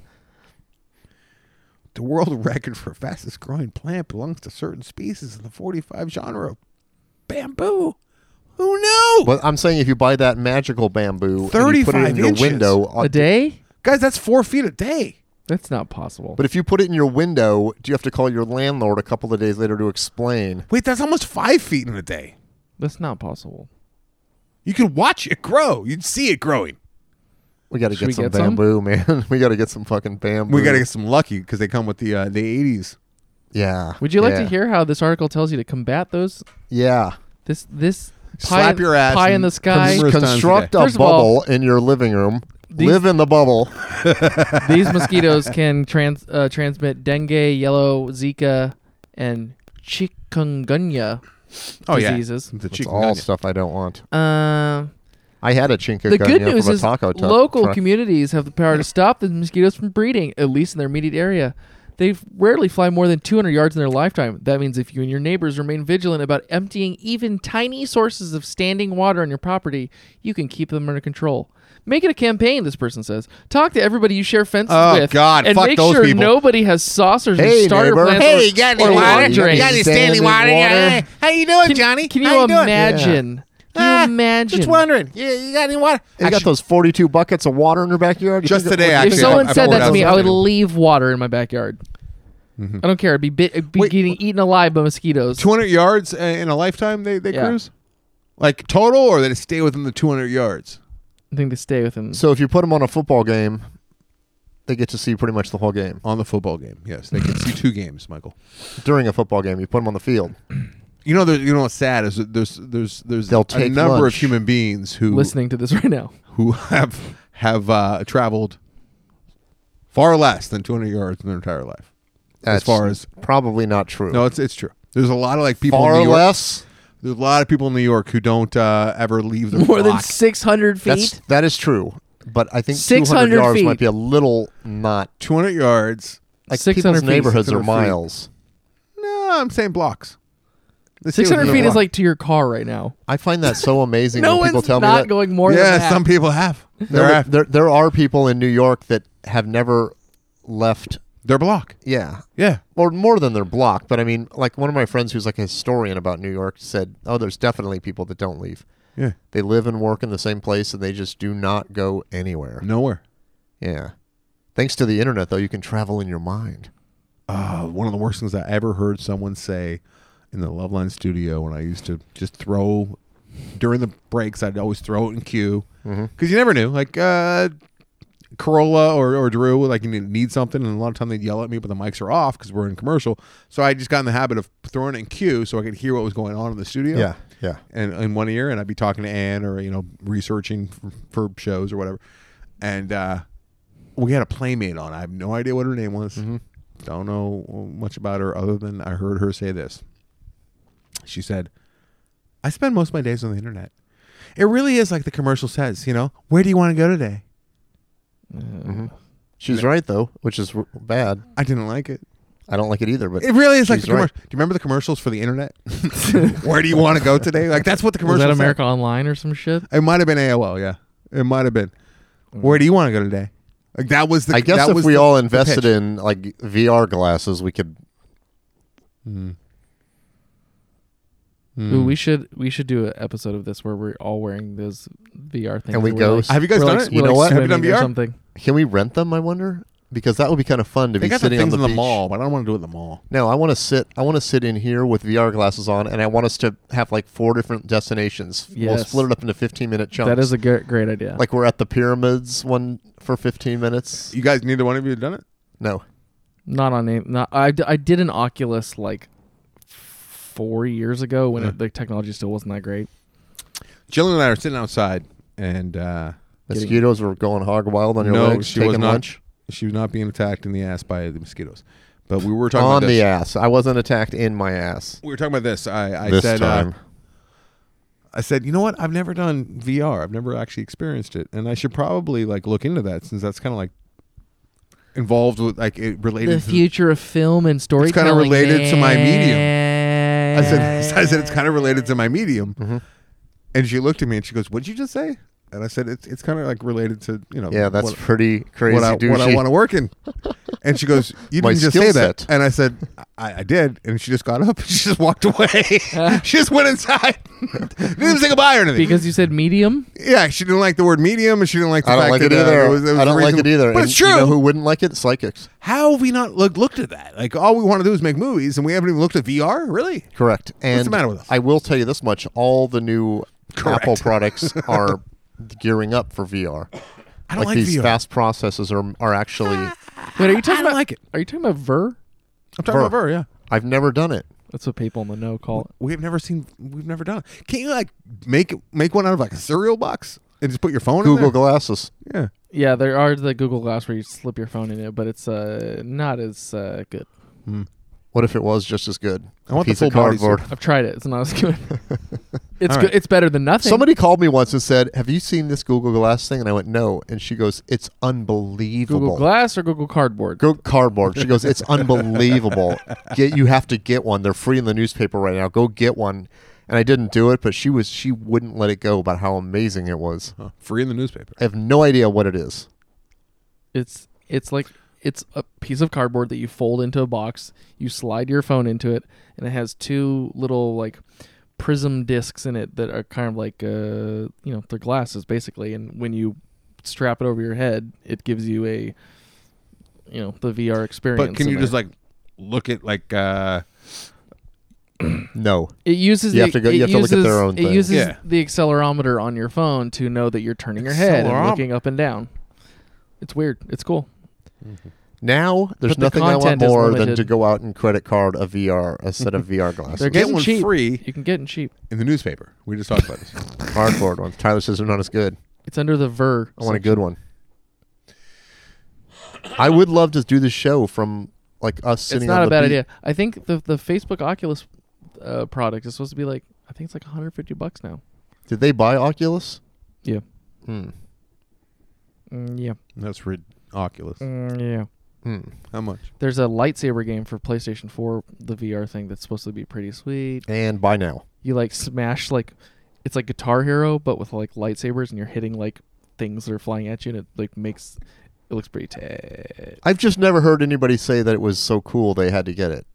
the world record for fastest growing plant belongs to certain species in the 45 genre. Bamboo. Who knew? But I'm saying if you buy that magical bamboo, and you put 35 it in your inches. window uh, a day? Guys, that's four feet a day. That's not possible. But if you put it in your window, do you have to call your landlord a couple of days later to explain? Wait, that's almost five feet in a day. That's not possible. You could watch it grow. You'd see it growing. We got to Should get we some get some? bamboo, man. we got to get some fucking bamboo. We got to get some lucky because they come with the uh, the 80s. Yeah. Would you like to yeah, hear how this article tells you to combat those? Yeah. This this pie, Slap your ass pie in and the sky. First time's Construct the a day. First of all, bubble in your living room. these- Live in the bubble. These mosquitoes can trans uh, transmit dengue, yellow, Zika, and chikungunya Oh, yeah. diseases. The It's chicken all onion. stuff I don't want. Um. I had a chinka the good gunyo news from a is taco truck- local truck. communities have the power to stop the mosquitoes from breeding, at least in their immediate area. They rarely fly more than 200 yards in their lifetime. That means if you and your neighbors remain vigilant about emptying even tiny sources of standing water on your property, you can keep them under control. Make it a campaign, this person says. Talk to everybody you share fences Oh, with, God, and fuck make those sure people. nobody has saucers Hey, and starter neighbor. plants Hey, or, you got any or water? water You got drains. any standing water? How you doing, Can- Can you imagine? Can you imagine? wondering. Yeah, you got any water? You got those 42 buckets of water in your backyard? You Just think it- today, If actually, someone I- I said poured that out to me, some I would too. leave water in my backyard. Mm-hmm. I don't care. I'd be, bit, I'd be Wait, getting eaten alive by mosquitoes. 200 yards uh, in a lifetime they, they Yeah. cruise? Like total or they stay within the 200 yards? I think they stay with him. So if you put them on a football game, they get to see pretty much the whole game. On the football game, yes. They can see two games, Michael. During a football game, you put them on the field. You know, there, you know what's sad is that there's there's there's They'll a take number of lunch. human beings who listening to this right now. who have have uh, traveled far less than 200 yards in their entire life. That's far as- probably not true. No, it's it's true. There's a lot of like people in far New York- less. There's a lot of people in New York who don't uh, ever leave their More than block. 600 That's feet. that is true, but I think 600 200 yards feet. might be a little not 200 yards. like 600 people's feet, neighborhoods are 600 feet. miles. No, I'm saying blocks. Let's see what's 600 in a feet is block. like to your car right now. I find that so amazing No when people one's tell not me that. going more yeah. than that. Some people have. No, They're but af- there there are people in New York that have never left. their block. Yeah. Yeah. Or more than their block, but I mean, like one of my friends who's like a historian about New York said, "Oh, there's definitely people that don't leave. Yeah. They live and work in the same place, and they just do not go anywhere." Nowhere. Yeah. Thanks to the internet, though, you can travel in your mind. Uh, one of the worst things I ever heard someone say in the Loveline studio when I used to just throw during the breaks, I'd always throw it in queue because you never knew. Like uh, Corolla or, or Drew, like you need- need something, and a lot of time they'd yell at me, but the mics are off because we're in commercial. So I just got in the habit of throwing it in queue so I could hear what was going on in the studio. Yeah. and in one ear, and I'd be talking to Ann or you know researching for, for shows or whatever. And uh, we had a playmate on. I have no idea what her name was. Don't know much about her other than I heard her say this. She said, "I spend most of my days on the internet. It really is like the commercial says. You know, where do you want to go today? She's right, though, which is r- bad. I didn't like it. I don't like it either, but It really is like She's the commercial. right. Do you remember the commercials for the internet? where do you want to go today? Like that's what the Was commercial that America Online or some shit? It might have been AOL. Yeah, it might have been. Where do you want to go today? Like that was the. I guess that if was we the- all the invested pitch. in like VR glasses, we could. Mm. Ooh, we should we should do an episode of this where we're all wearing those VR things. And we we're go- like- Have you guys we're done like- it? we're You know like what? Have you swimming done or VR? something. Can we rent them? I wonder because that would be kind of fun to They be got the sitting things on the in the beach. mall, but I don't want to do it in the mall. No, I want to sit. I want to sit in here with VR glasses on, and I want us to have like four different destinations. We'll Yes. split it up into fifteen-minute chunks. That is a gre- great idea. like we're at the pyramids one for fifteen minutes. You guys, neither one of you have done it. No, Not on name. Not I. d- I did an Oculus like four years ago when it, the technology still wasn't that great. Jillian and I are sitting outside, and uh, mosquitoes were going hog wild on your no, legs. she was taking not. lunch. She was not being attacked in the ass by the mosquitoes. But we were talking on about the this. ass. I wasn't attacked in my ass We were talking about this. I, I this said uh, time. I said, you know what? I've never done VR. I've never actually experienced it, and I should probably like look into that since that's kind of like involved with like it related. the to future of film and storytelling. Mm-hmm. kinda related to my medium. medium. I said, I said it's kind of related to my medium. Mm-hmm. And she looked at me and she goes, "What'd you just say?" And I said, "It's it's kind of like related to you know." Yeah, that's what- pretty crazy. what I, what I douchey. want to work in. And she goes, You My didn't just skill say that. set. And I said, I, I did. And she just got up and she just walked away. she just went inside. didn't even say goodbye or anything. because you said medium. yeah, she didn't like the word medium and she didn't like the I don't fact like that it uh, either. there was- there was I a don't like it reason- either. But And it's true. You know who wouldn't like it? Psychics. How have we not look, looked at that? Like, all we want to do is make movies and we haven't even looked at VR? Really? Correct. And the matter with us? I will tell you this much: all the new Correct. Apple products are gearing up for VR. I don't like, Ah. these VR. fast processes are are actually. Wait, are you talking I don't about? like it. Are you talking about Ver? I'm talking Ver. about VR, yeah. I've never done it. That's what people in the know call it. We've never seen, we've never done it. Can't you, like, make make one out of, like, a cereal box and just put your phone Google in there? glasses. Yeah. Yeah, there are the Google Glass where you slip your phone in it, but it's uh not as uh, good. What if it was just as good? I want the Piece of full body suit. cardboard. I've tried it. It's not as good. it's All good. right. It's better than nothing. Somebody called me once and said, "Have you seen this Google Glass thing?" And I went, "No." And she goes, "It's unbelievable." Google Glass or Google Cardboard. Go cardboard. She goes, "It's unbelievable. Get you have to get one. They're free in the newspaper right now. Go get one." And I didn't do it, but she was she wouldn't let it go about how amazing it was. Huh. Free in the newspaper. I have no idea what it is. It's it's like it's a piece of cardboard that you fold into a box. You slide your phone into it, and it has two little like prism discs in it that are kind of like uh you know they're glasses basically. And when you strap it over your head, it gives you a you know the VR experience. But can in you there. just like look at like uh No. It uses You the, have to go- it you have to look uses, at their own It thing. uses Yeah. the accelerometer on your phone to know that you're turning your head and Accelerom- looking up and down. It's weird. It's cool. Now there's But the nothing I want content is more than limited. to go out and credit card a VR a set of VR They're glasses. Get getting one cheap. free. You can get in cheap. in the newspaper. We just talked about this. cardboard ones. Tyler says they're not as good. It's under the Ver. I want a good one. I would love to do the show from like us sitting. It's not on a the bad beach. idea. I think the the Facebook Oculus uh, product is supposed to be like I think it's like 150 bucks now. Did they buy Oculus? Yeah. Hmm. Mm, yeah. That's rid- Oculus. Mm, yeah. Hmm. How much? There's a lightsaber game for PlayStation 4, the VR thing that's supposed to be pretty sweet. And buy now. you like smash like it's like Guitar Hero but with like lightsabers and you're hitting like things that are flying at you and it like makes it looks pretty tight. I've just never heard anybody say that it was so cool they had to get it.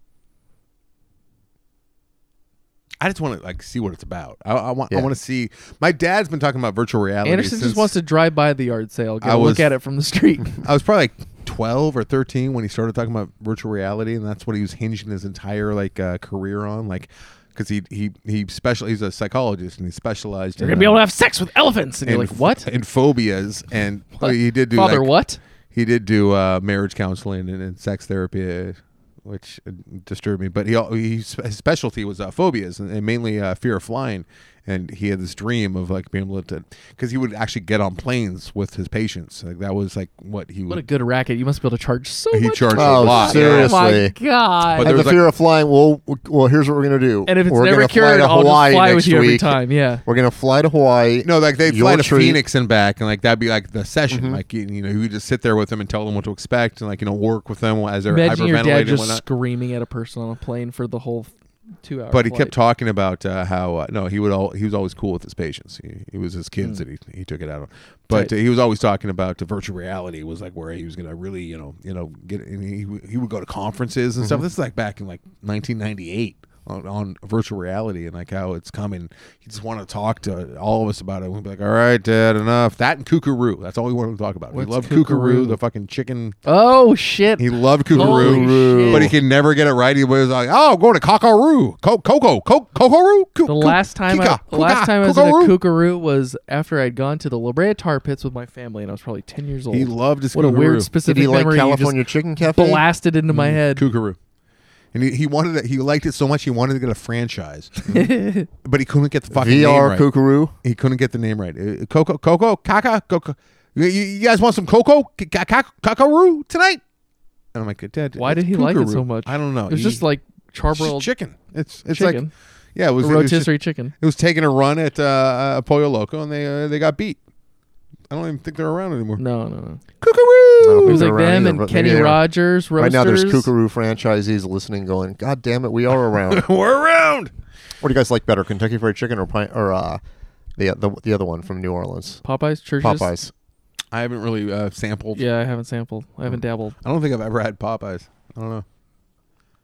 I just want to like see what it's about. I, I want. Yeah. I want to see. My dad's been talking about virtual reality. Anderson since just wants to drive by the yard sale, get I a look was- at it from the street. I was probably like twelve or thirteen when he started talking about virtual reality, and that's what he was hinging his entire like uh, career on. Like, because he he he special. He's a psychologist, and he specialized. you're in, gonna be able uh, to have sex with elephants, and, you're in like, what? ph- In phobias, and well, he did do Father, like- what? He did do uh, marriage counseling and, and sex therapy, uh, which uh, disturbed me. But he, al- he his specialty was uh, phobias and, and mainly uh, fear of flying. And he had this dream of like being able to, because he would actually get on planes with his patients. Like that was like what he What a would. good racket! You must be able to charge so he much. charged a Oh, lot. serious. Oh my Seriously. god! But there I have the was, like- fear of flying. Well, w- well, here's what we're gonna do. and if it's we're never gonna fly cured, to I'll Hawaii just fly next with you every week. time. Yeah. We're gonna fly to Hawaii. No, like they'd fly Your to treat. Phoenix and back, and like that'd be like the session. Like you, you know, you would just sit there with them and tell them what to expect, and like you know, work with them as they're Imagine your hyperventilating dad and just whatnot. screaming at a person on a plane for the whole two hours. But he kept talking about uh, how uh, no, he would all he was always cool with his patients. He, it was his kids that he, he took it out on. But Mm. Right. uh, he was always talking about the virtual reality was like where he was gonna really you know you know get and he w- he would go to conferences and Mm-hmm. stuff. This is like back in like 1998. On, on virtual reality and like how it's coming, he just wanted to talk to all of us about it. We'd be like, "All right, Dad, enough." That and Kookaroo. That's all he wanted to talk about. What's he loved Kookaroo? Kookaroo, the fucking chicken. Oh shit! He loved Holy Kookaroo. shit. But he could never get it right. He was like, "Oh, I'm going to Kokaroo, Co- Coco, Co- Kokaroo." Co- The last time, I, the last time I was in a kookaroo was after I'd gone to the La Brea Tar Pits with my family, and I was probably ten years old. He loved his what a kookaroo. weird Did specific he like memory you just California Chicken Cafe? blasted into Mm, my head. Kookaroo, and he, he wanted it. He liked it so much he wanted to get a franchise, but he couldn't get the fucking name VR right. Kookaroo. He couldn't get the name right. Uh, Coco, Coco, Kaka, Coco. You, you- you guys want some cocoa, K- k- cock- cockaroo tonight? And I'm like, Dad, Why it's did he like it so kookaroo." much? I don't know. It was He- just like it's just charbroiled chicken. It's it's like chicken, yeah, it was it was just- rotisserie chicken. It was taking a run at uh, uh, Pollo Loco, and they uh, they got beat. I don't even think they're around anymore. No, no, no. Kookaroo! It was They're like around them either, and but Kenny maybe they are. Rogers roasters. Right now, there's Kookaroo franchisees listening, going, "God damn it, we are around." what We're around. do you guys like better, Kentucky Fried Chicken or pi- or uh, the, the the other one from New Orleans, Popeyes, churches. Popeyes? I haven't really uh, sampled. Yeah, I haven't sampled. I Mm. haven't dabbled. I don't think I've ever had Popeyes. I don't know.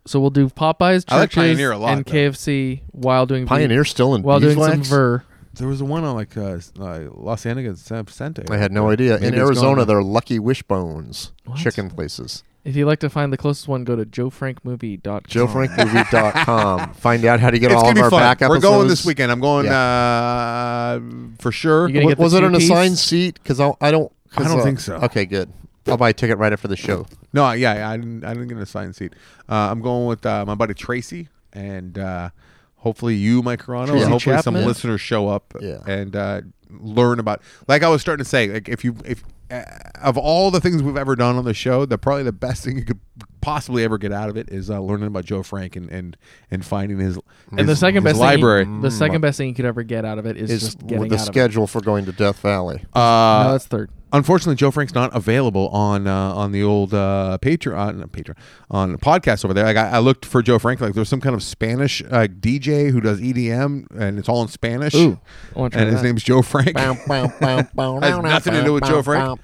So we'll do Popeyes, churches, I like Pioneer a lot, and though. KFC while doing Pioneer still in while doing some beeswax? ver. There was one on like uh, s- uh, Los Angeles uh, Center. I had no idea. Maybe in it's Arizona, gone. they're Lucky Wishbones What? chicken places. If you'd like to find the closest one, go to joefrankmovie.com. JoeFrankMovie.com. Find out how to get It's all gonna of be our fun. back We're episodes. going this weekend. I'm going uh, for sure. You gonna Wa- get the was it an two-piece? assigned seat? Because I, I don't. 'cause, I don't uh, think so. Okay, good. I'll buy a ticket right after the show. No, yeah, yeah, I didn't. I didn't get an assigned seat. Uh, I'm going with uh, my buddy Tracy, and uh, hopefully you, Mike Carano, Tracy and hopefully some Chapman? listeners show up Yeah. and uh, learn about. Like I was starting to say, like if you if uh, of all the things we've ever done on the show, the probably the best thing you could possibly ever get out of it is uh, learning about Joe Frank and and and finding his And the his- second his best library. Thing, the second best thing you could ever get out of it is, Mm. Is just getting with the out of it. schedule for going to Death Valley? Uh, no, that's third. unfortunately, Joe Frank's not available on uh, on the old uh, Patreon, not Patreon, on the podcast over there. Like, I, I looked for Joe Frank. Like, there's some kind of Spanish uh, DJ who does EDM, and it's all in Spanish. Ooh, I wanna try and his that. name's Joe Frank. Has nothing to do with Joe Frank.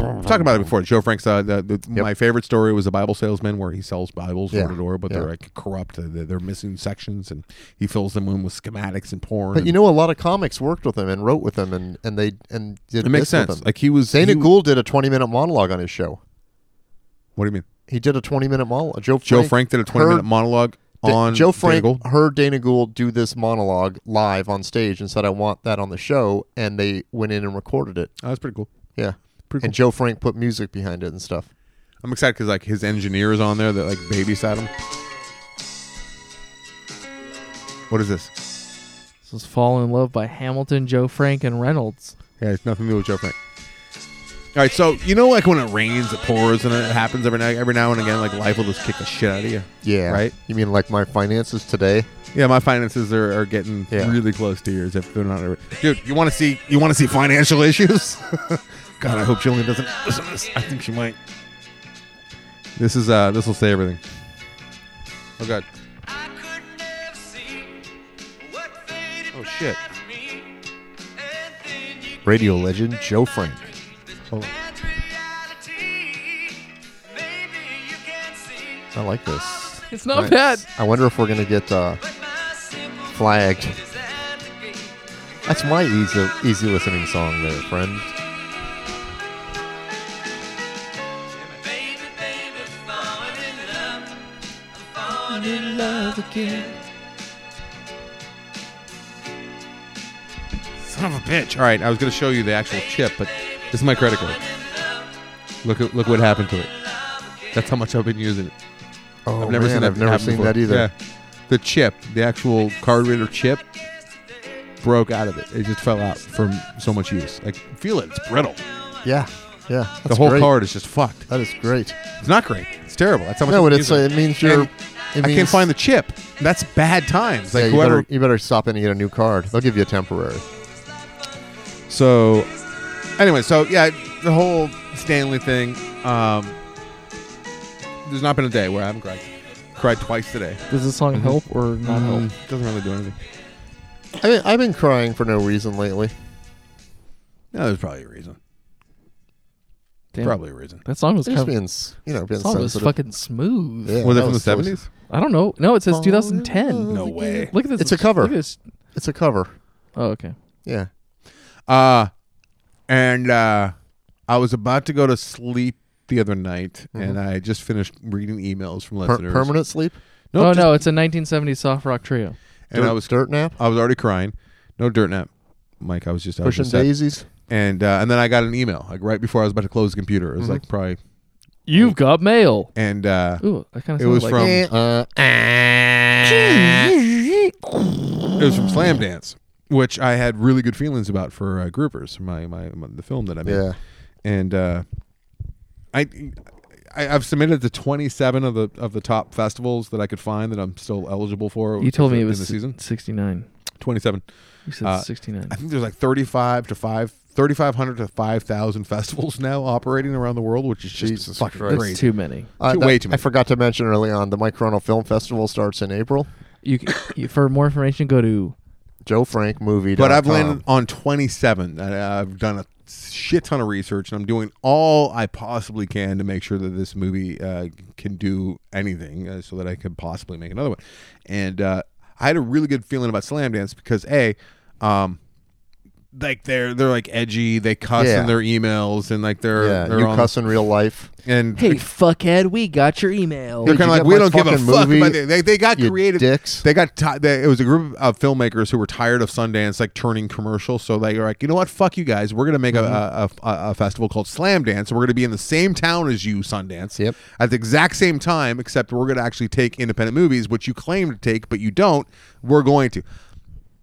I've talked about it before. Joe Frank's uh, the, the, my favorite story was a Bible salesman where he sells Bibles Yeah, door to door, but yeah. they're like corrupt. uh, They're, they're missing sections, and he fills them in with schematics and porn. But you and- know, a lot of comics worked with him and wrote with him, and, and they and did it makes this with sense. him. Like he was. Dana he- Gould did a 20 minute monologue on his show. What do you mean? He did a 20 minute monologue. Joe Frank, Joe Frank did a 20 minute heard- monologue Da- on Joe Dana Frank Gould. heard Dana Gould do this monologue live on stage and said, "I want that on the show," and they went in and recorded it. Oh, that's pretty cool. Yeah, Pretty and Joe Frank put music behind it and stuff. I'm excited because like his engineer is on there that like babysat him. What is this? This was Fall in Love by Hamilton, Joe Frank, and Reynolds. Yeah, it's nothing to do with Joe Frank. All right, so you know like when it rains, it pours, and it happens every night, every now and again. Like life will just kick the shit out of you. Yeah, Right. You mean like my finances today? Yeah, my finances are, are getting Yeah. really close to yours if they're not. already- Dude, you want to see you want to see financial issues? God, I hope Jillian doesn't listen to this. I think she might. This is uh, this will say everything. Oh God. I couldn't have seen what fate Oh shit. Radio legend Joe Frank. Hold on. and reality. Maybe you can see I like this. It's not Right. bad. I wonder if we're gonna get uh, my simple flagged. desire to be. That's my easy easy listening song, there, friend. Baby, baby, falling in love. I'm falling Son of a bitch. All right, I was going to show you the actual chip, but this is my credit card. Look at look what happened to it. That's how much I've been using it. Oh I've never man, seen that. I've never happen seen before. that either. Yeah. The chip, the actual card reader chip broke out of it. It just fell out from so much use. Like feel it, it's brittle. Yeah, yeah. the that's whole great. card is just fucked. That is great. It's not great. It's terrible. That's how much No, I've but been it's uh, using it. it means you're. And I it can't means- find the chip. That's bad times. Like yeah, whoever you better, you better stop in and get a new card. They'll give you a temporary. So, anyway, so yeah, the whole Stanley thing. Um, there's not been a day where I haven't cried. Cried twice today. Does this Mm-hmm. song help or not Mm, help? Doesn't really do anything. I mean, I've been crying for no reason lately. No, there's probably a reason. Damn. Probably a reason. That song was kind Just Oh. of, being, s- you know, being that song was sensitive. fucking smooth. Yeah, was it that from the silly. seventies? I don't know. No, it says 2010. No way. Look at this. It's a cover. Look at this. It's a cover. Oh, okay. Yeah. Uh and uh I was about to go to sleep the other night, and I just finished reading emails from Mm-hmm. Per- listeners. permanent sleep. Nope, oh just- no, it's a 1970s soft rock trio. And dirt, I was dirt nap. I was already crying. No dirt nap, Mike. I was just I was Pushing just sad. daisies. and uh, and then I got an email like right before I was about to close the computer. It Mm-hmm. was like probably Oh. You've got mail. and uh, Ooh, I kind It of. was like from- Eh, uh, it was from Slam Dance. which I had really good feelings about for uh, Groupers, my, my my the film that I made. Yeah. and uh, I. I, I've submitted to 27 of the of the top festivals that I could find that I'm still eligible for. You told me it in was the season 69. 27. You said Uh, 69. I think there's like 35 to 5 3500 to 5000 festivals now operating around the world, which is just Jesus fucking Christ. crazy. That's too many. Uh, Too- that- way too I many. forgot to mention early on the Microno Film Festival starts in April. You, c- you for more information go to Joe Frank movie. But I've landed on 27. I, I've done a shit ton of research, and I'm doing all I possibly can to make sure that this movie uh, can do anything, uh, so that I could possibly make another one. And uh, I had a really good feeling about Slam Dance because a, um, like they're they're like edgy, they cuss Yeah. in their emails, and like they're Yeah, they're you on- cuss in real life. and Hey fuckhead, we got your email. They're Did kind of you like get we don't my give a fucking fuck. movie, About it." They they got you creative. dicks? They got ti they, it was a group of filmmakers who were tired of Sundance like turning commercial, so they were like, you know what, fuck you guys. We're gonna make a- Mm-hmm. a, a, a, a festival called Slam Dance. and We're gonna be in the same town as you, Sundance. Yep. At the exact same time, except we're gonna actually take independent movies, which you claim to take, but you don't. We're going to.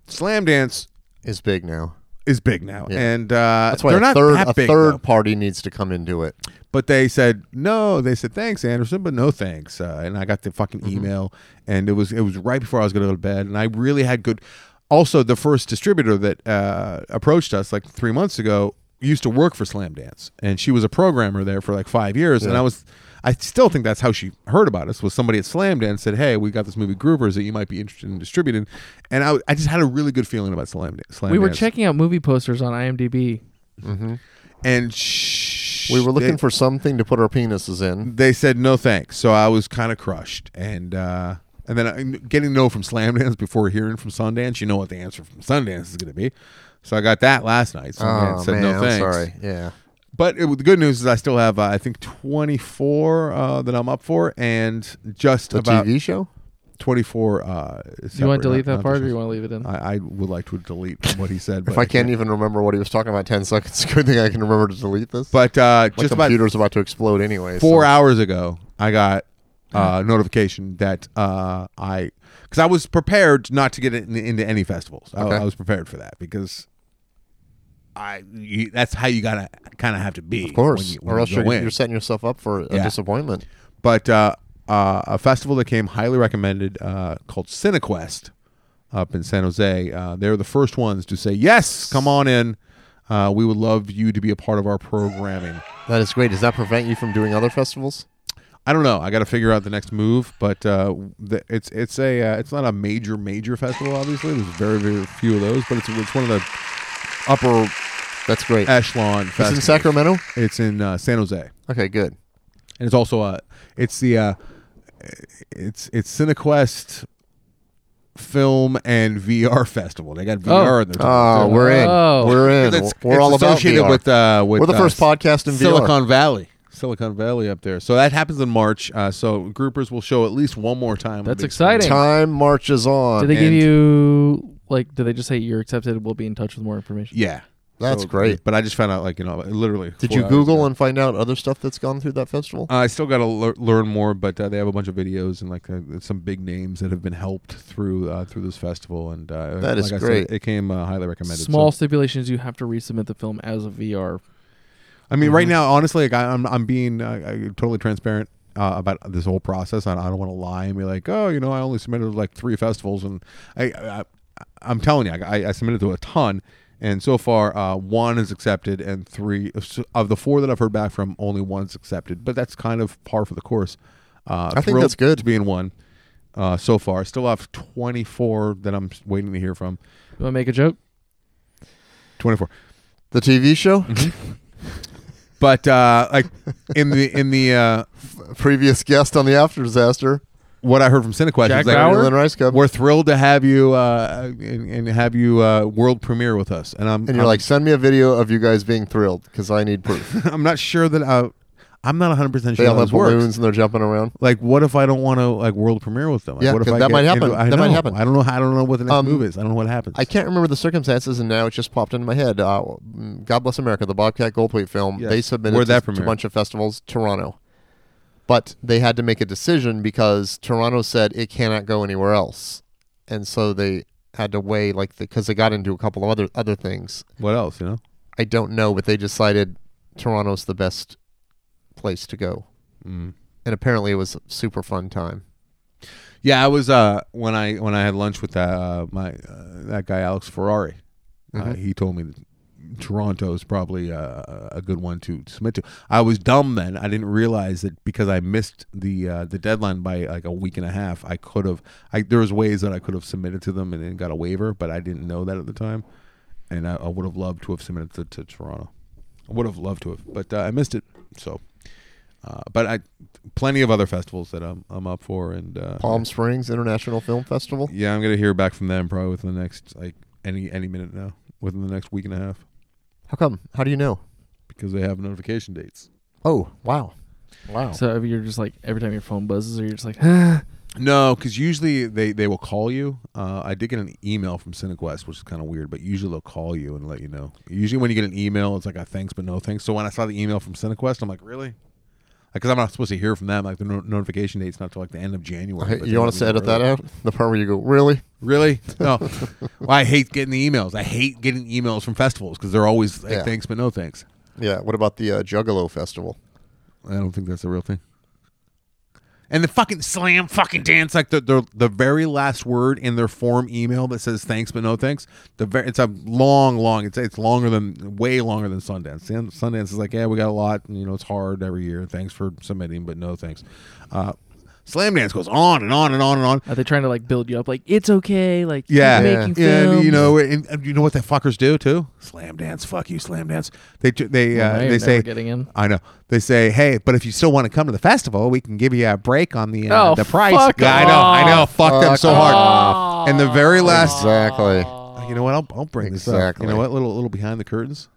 Slam Dance Is big now. is big now, Yeah. and uh, That's why they're a not third that a big, third though. party needs to come into it. But they said no. They said thanks, Anderson, but no thanks. Uh, and I got the fucking Mm-hmm. email, and it was it was right before I was gonna go to bed, and I really had good. Also, the first distributor that uh, approached us like three months ago used to work for Slam Dance, and she was a programmer there for like five years, and I was. I still think that's how she heard about us was somebody at Slam Dance said, "Hey, we got this movie Groovers that you might be interested in distributing," and I, I just had a really good feeling about Slam, Dan- Slam we were Dance. checking out movie posters on IMDb. and sh- We were looking they- for something to put our penises in. they said no thanks so i was kind of crushed and uh and then uh, getting to know from slam dance before hearing from sundance you know what the answer from sundance is going to be so i got that last night sundance Oh Mm, said man, no I'm thanks sorry. Yeah, but it, the good news is i still have uh, i think 24 uh that i'm up for and just the about TV show. 24 uh Do you want separate, to not- delete that not part, or just- you want to leave it in? I, I would like to delete what he said but If I can't even remember what he was talking about ten seconds ago, I think I can remember to delete this. but uh my just about computer's about to explode anyway. four so. Uh-huh. hours ago, I got uh, notification that uh, I, because I was prepared not to get in, into any festivals. I, Okay. I was prepared for that because I you, that's how you gotta kind of have to be, Of course, or else go you're, in. you're setting yourself up for a Yeah. disappointment. But uh, uh, a festival that came highly recommended uh, called Cinequest up in San Jose. Uh, they're the first ones to say yes, come on in. Uh, we would love you to be a part of our programming. That is great. Does that prevent you from doing other festivals? I don't know. I got to figure out the next move, but uh, the, it's it's a uh, it's not a major major festival. Obviously, there's very very few of those, but it's it's one of the upper That's great. echelon. it's festivals. in Sacramento. It's in uh, San Jose, and Okay, good. it's also uh, it's the uh, it's it's Cinequest film and VR festival. They got VR in their Oh, too. we're in. Oh. We're in. It's, we're it's all about associated VR. with uh, with we're the uh, first podcast in VR. Silicon Valley. Silicon Valley up there. So that happens in March. Uh, so groupers will show at least one more time. That's Big exciting. Time marches on. Did they give and- you like? Did they just say you're accepted? We'll be in touch with more information. Yeah. That's great. But I just found out, like, you know, literally. Did four you hours Google ago. and find out other stuff that's gone through that festival? Uh, I still got to learn more, but uh, they have a bunch of videos and like uh, some big names that have been helped through uh, through this festival, and uh, That is like I great. said, it came uh, highly recommended. so- Small stipulations: you have to resubmit the film as a VR. I mean, Mm-hmm. right now, honestly, like I, I'm I'm being uh, uh, totally transparent uh, about this whole process. I, I don't want to lie and be like, oh, you know, I only submitted like three festivals, and I, I I'm telling you, I, I submitted to a ton, and so far, uh, one is accepted, and three uh, of the four that I've heard back from, only one's accepted. But that's kind of par for the course. Uh, I think thrilled that's good. to be in one. Uh, so far, still have 24 that I'm waiting to hear from. You want to make a joke? 24. The TV show? mm-hmm. But uh, like in the in the uh, Previous guest on the After Disaster, what I heard from Cinequest Jack is like, Bauer? Lynn Rice Cup. we're thrilled to have you uh, and, and have you uh, world premiere with us. And I'm And you're I'm- like, send me a video of you guys being thrilled because I need proof. I'm not sure that I, I'm not 100 percent they sure all how have this works. balloons and they're jumping around. Like, what if I don't want to like world premiere with them? Like, Yeah, what if 'cause that get might happen. I That might know. happen. I don't know. I don't know what the next Um, move is. I don't know what happens. I can't remember the circumstances, and now it just popped into my head. Uh, mm, God bless America, the Bobcat Goldthwait film. Yes. They submitted Where'd to, that to a premiere? bunch of festivals, Toronto, but they had to make a decision because Toronto said it cannot go anywhere else, and so they had to weigh like because they got into a couple of other other things. What else? You know? I don't know, but they decided Toronto's the best place to go, Mm. and apparently it was a super fun time. Yeah, I was uh, when I when I had lunch with that uh, my uh, that guy Alex Ferrari. Uh, he told me that Toronto is probably uh, a good one to submit to. I was dumb then; I didn't realize that because I missed the uh, the deadline by like a week and a half. I could have. I there was ways that I could have submitted to them and then got a waiver, but I didn't know that at the time, and I, I would have loved to have submitted to, to Toronto. I would have loved to have, but uh, I missed it. So, uh, but I plenty of other festivals that I'm I'm up for and uh, Palm Springs International Film Festival. yeah, I'm gonna hear back from them probably within the next like any any minute now, within the next week and a half, How come? How do you know? because they have notification dates. Oh, wow, wow. So you're just like every time your phone buzzes, or you're just like, ah. No, because usually they they will call you. Uh, I did get an email from Cinequest, which is kind of weird, but usually they'll call you and let you know. Usually when you get an email, it's like a thanks but no thanks. So when I saw the email from Cinequest, I'm like, really? Because I'm not supposed to hear from them. Like the no- notification date's not till like the end of January. Hey, but they you want let us me to know edit that early. out? The part where you go, really? Really? No. well, I hate getting the emails. I hate getting emails from festivals because they're always like, Yeah. thanks but no thanks. Yeah. What about the uh, Juggalo Festival? I don't think that's a real thing. And the fucking slam fucking dance, like the the, the very last word in their form email that says thanks but no thanks. The very, it's a long, long. It's it's longer than way longer than Sundance. Sun- Sundance is like, yeah, we got a lot, and you know it's hard every year. Thanks for submitting, but no thanks. Uh, slam dance goes on and on and on and on. are they trying to like build you up? Like it's okay. Like keep Yeah, making yeah, films. you know, and, and you know what the fuckers do too? Slam dance, fuck you, slam dance. They ju- they Well, uh, I am they never say getting in. I know. They say, hey, but if you still want to come to the festival, we can give you a break on the uh, Oh, the price. fuck Yeah, I know, I know. Fuck, them Fuck so off. hard. And the very last, Exactly. you know what? I'll, I'll bring this up. Exactly. You know what? Little little behind the curtains,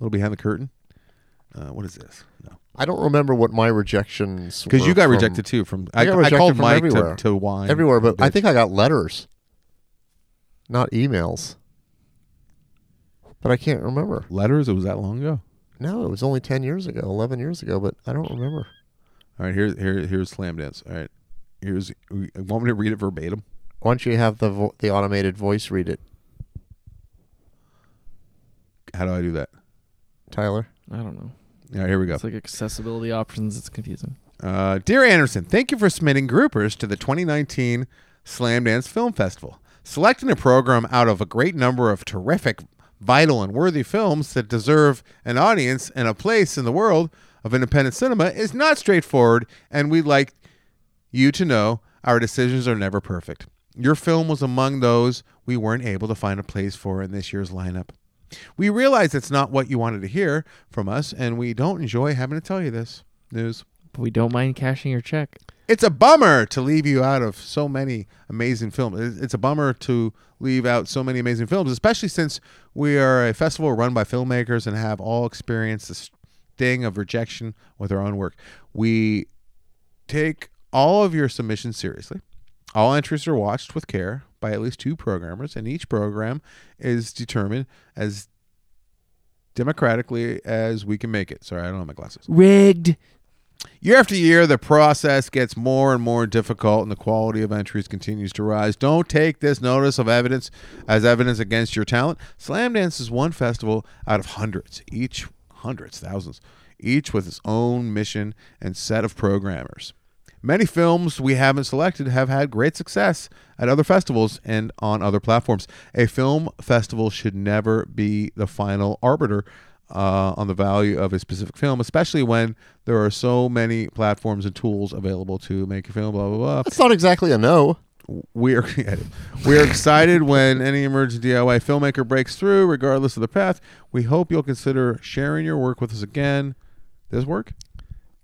little behind the curtain. Uh, what is this? No, I don't remember what my rejections. because were you got from- rejected too. From I, I got I, rejected called from Mike to, everywhere. to wine everywhere, but I bitch. think I got letters, not emails. But I can't remember. letters. It was that long ago. No, it was only ten years ago, eleven years ago, but I don't remember. All right, here's here here's slam dance. All right, here's want me to read it verbatim. Why don't you have the vo- the automated voice read it, How do I do that? Tyler? I don't know. All right, here we go. It's like accessibility options. It's confusing. Uh, Dear Anderson, thank you for submitting groupers to the 2019 Slam Dance Film Festival. Selecting a program out of a great number of terrific, vital, and worthy films that deserve an audience and a place in the world of independent cinema is not straightforward, and we'd like you to know our decisions are never perfect. Your film was among those we weren't able to find a place for in this year's lineup. We realize it's not what you wanted to hear from us, and we don't enjoy having to tell you this news. But we don't mind cashing your check. It's a bummer to leave you out of so many amazing films. It- It's a bummer to leave out so many amazing films, especially since we are a festival run by filmmakers and have all experienced the sting of rejection with our own work. We take all of your submissions seriously. All entries are watched with care by at least two programmers, and each program is determined as democratically as we can make it. Sorry, I don't have my glasses. Rigged. Year after year, the process gets more and more difficult, and the quality of entries continues to rise. Don't take this notice of evidence as evidence against your talent. Slam Dance is one festival out of hundreds, each hundreds, thousands, each with its own mission and set of programmers. Many films we haven't selected have had great success at other festivals and on other platforms. A film festival should never be the final arbiter uh, on the value of a specific film, especially when there are so many platforms and tools available to make a film, blah, blah, blah That's not exactly a no. we're we're excited when any emergent DIY filmmaker breaks through, regardless of the path. We hope you'll consider sharing your work with us again. This work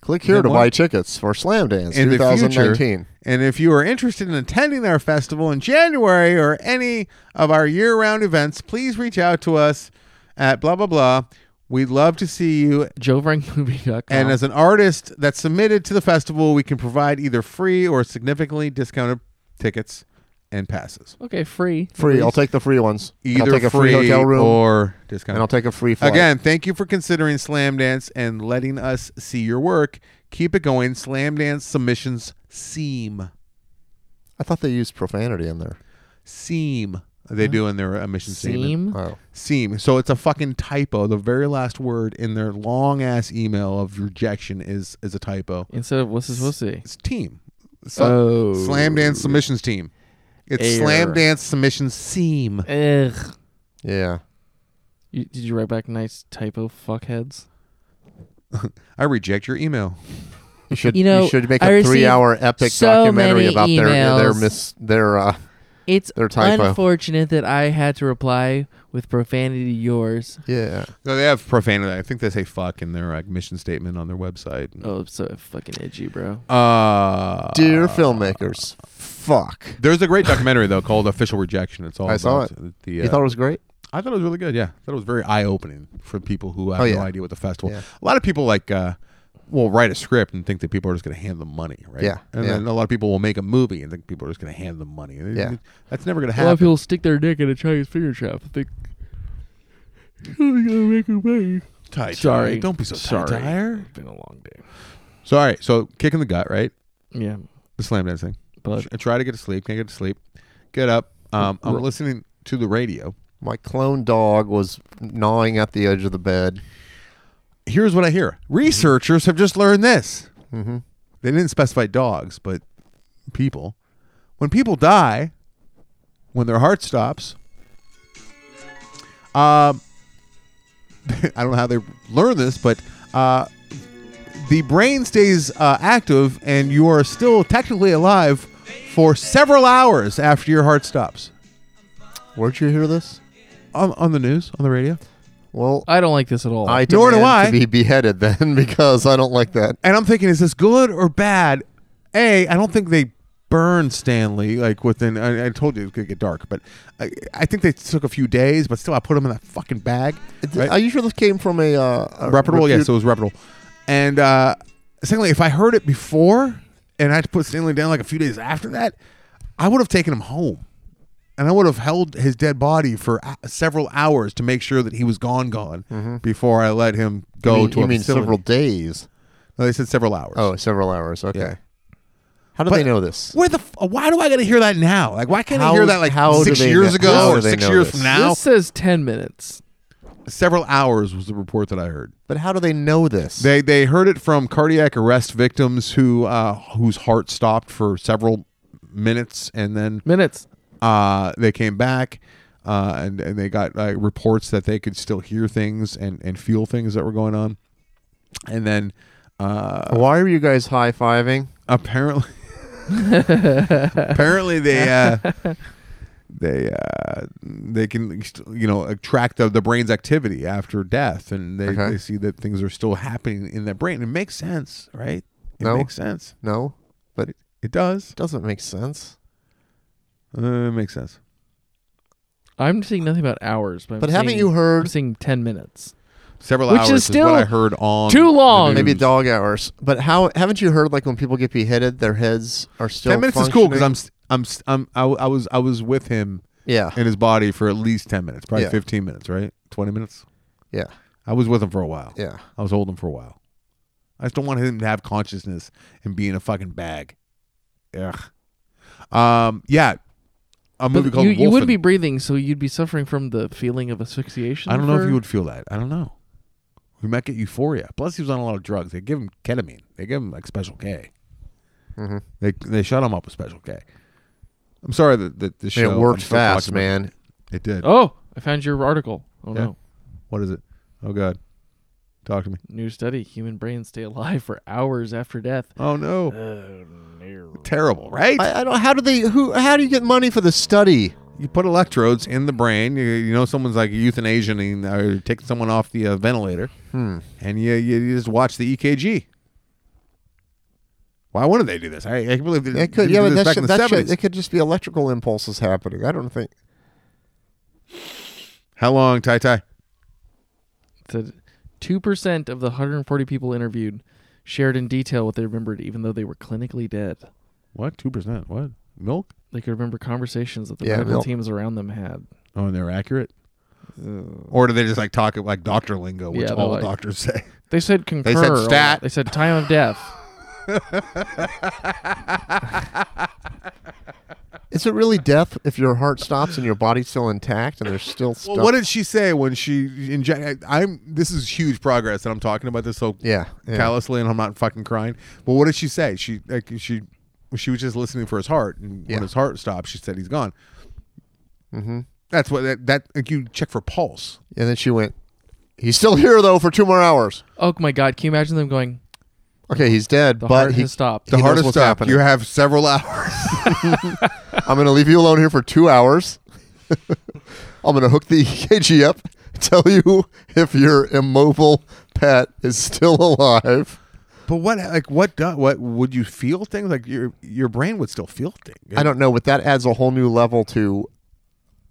Click here Then to what? buy tickets for Slam Dance in the 2019. future. And if you are interested in attending our festival in January or any of our year-round events, please reach out to us at blah blah blah. We'd love to see you JoeVrankMovie.com. And as an artist that's submitted to the festival, we can provide either free or significantly discounted tickets and passes. okay, free. Free. I'll take the free ones. And Either I'll take a free, free, hotel room or discounted. and I'll take a free flight. Again, thank you for considering Slam Dance and letting us see your work. Keep it going. Slam Dance submissions seam. I thought they used profanity in there. Seam. they do in their uh, mission statement. Seam. Oh, Seam. So it's a fucking typo. The very last word in their long ass email of rejection is is a typo. Instead of what's it supposed to be? It's team. So, Oh. Slam dance submissions team. It's Air. slam dance submissions seam. Ugh. yeah. You, did you write back nice typo fuckheads? I reject your email. You should You you, know, should make I a received three hour epic so many documentary about their their emails. mis their uh It's Their typo. unfortunate that I had to reply with profanity to yours. yeah. No, they have profanity. I think they say fuck in their like, mission statement on their website. Oh, it's so fucking edgy, bro. Uh, Dear filmmakers, fuck. There's a great documentary though called Official Rejection. It's all I saw about it. The, uh, You thought it was great? I thought it was really good. Yeah, I thought it was very eye opening for people who have Oh, no yeah. idea what the festival. Yeah. A lot of people like uh, will write a script and think that people are just going to hand them money, right? Yeah, and yeah. then a lot of people will make a movie and think people are just going to hand them money. Yeah. that's never going to A lot of happen. people stick their dick in a Chinese finger trap. I think. Ty, Ty, Sorry. don't be so Sorry. sorry. Tired. It's been a long day. So all right, so kick in the gut, right? Yeah, The slam dance thing. but I try to get to sleep. Can't get to sleep. Get up. Um, I'm R- listening to the radio. My clone dog was gnawing at the edge of the bed. Here's what I hear. Researchers have just learned this. Mm-hmm. They didn't specify dogs, but people. When people die, when their heart stops, um, I don't know how they learn this, but uh, the brain stays uh, active, and you are still technically alive for several hours after your heart stops. Where'd you hear this? On, on the news, on the radio. Well, Uh, I don't like this at all. I demand Nor do I. to be beheaded then because I don't like that. and I'm thinking, is this good or bad? A, I don't think they burned Stanley like within. I, I told you it could get dark, but I, I think they took a few days. But still, I put him in that fucking bag. Right? Are you sure this came from a, uh, a reputable, repute- yes, it was reputable. And uh, secondly, if I heard it before and I had to put Stanley down like a few days after that, I would have taken him home. And I would have held his dead body for a- several hours to make sure that he was gone, gone before I let him Mm-hmm. go You mean- to a you mean facility. several days? No, they said several hours. Oh, several hours. Okay. Yeah. How do But- they know this? Where the f- uh, why do I got to hear that now? Like why can't I How- hear that like how do six they years know- ago how or do they six know years this? from now? this says ten minutes. Several hours was the report that I heard. But how do they know this? They they heard it from cardiac arrest victims who uh, whose heart stopped for several minutes and then Minutes. uh, they came back uh, and and they got uh, reports that they could still hear things and and feel things that were going on, and then uh, Why are you guys high fiving? apparently apparently they uh they uh they can you know track the, the brain's activity after death and they, Okay. they see that things are still happening in that brain it makes sense right it No. makes sense No, but it it does doesn't make sense. uh, it makes sense I'm seeing nothing about hours, but, I'm But haven't seeing- you I'm heard seeing ten minutes. several Which hours is still what i heard on too the long. news. maybe dog hours? But how haven't you heard like when people get beheaded, their heads are still 10 minutes is cool because functioning? i'm s- i'm s- i'm I, w- I was i was with him yeah in his body for at least 10 minutes probably Yeah. 15 minutes right 20 minutes yeah i was with him for a while yeah. I was holding him for a while. I just don't want him to have consciousness and be in a fucking bag. Ugh. Um. Yeah. A movie But called you, you Wolfen. wouldn't be breathing, so you'd be suffering from the feeling of asphyxiation. I don't know if for- you would feel that. I don't know. We might get euphoria. Plus, he was on a lot of drugs. They give him ketamine. They give him like Special K. Mm-hmm. Mhm. They they shut him up with Special K. I'm sorry that that the And show it worked I'm still fast, talking about- man. It did. Oh, I found your article. Oh Yeah. no, What is it? Oh God, talk to me. new study: human brains stay alive for hours after death. Oh no. Uh, Terrible, right? I, I don't. How do they? Who? How do you get money for the study? You put electrodes in the brain. You, you know someone's like euthanasiaing or you're taking someone off the uh, ventilator, and you, you you just watch the EKG. Why wouldn't they do this? I, I can't believe they It could. didn't do Yeah, but this that back in should, the that should, seventies. it could just be electrical impulses happening. I don't think. How long, Tai Tai? said two percent of the 140 people interviewed shared in detail what they remembered, even though they were clinically dead. What two percent? What milk? They could remember conversations that the Yeah, medical well- teams around them had. Oh, and they're accurate. Uh, Or do they just like talk like doctor lingo, which Yeah, they're all like- doctors say? They said concur. said a lot. stat. They said time of death. Is it really death if your heart stops and your body's still intact and there's still stuff? Well, what did she say when she inject? I'm this is huge progress, and I'm talking about this so Yeah, yeah. callously, and I'm not fucking crying. But what did she say? She like she she was just listening for his heart, and Yeah. Mm-hmm. when his heart stopped, she said he's gone. Mm-hmm. That's what that that like you check for pulse. and then she went, he's still here though for two more hours. Oh my God! Can you imagine them going? Okay, he's dead, The but heart he has stopped. He The knows hardest what's stop. happening. You have several hours. I'm going to leave you alone here for two hours. I'm going to hook the EKG up, tell you if your immobile pet is still alive. but what like what do, what would you feel things like your your brain would still feel things. I don't know, but that adds a whole new level to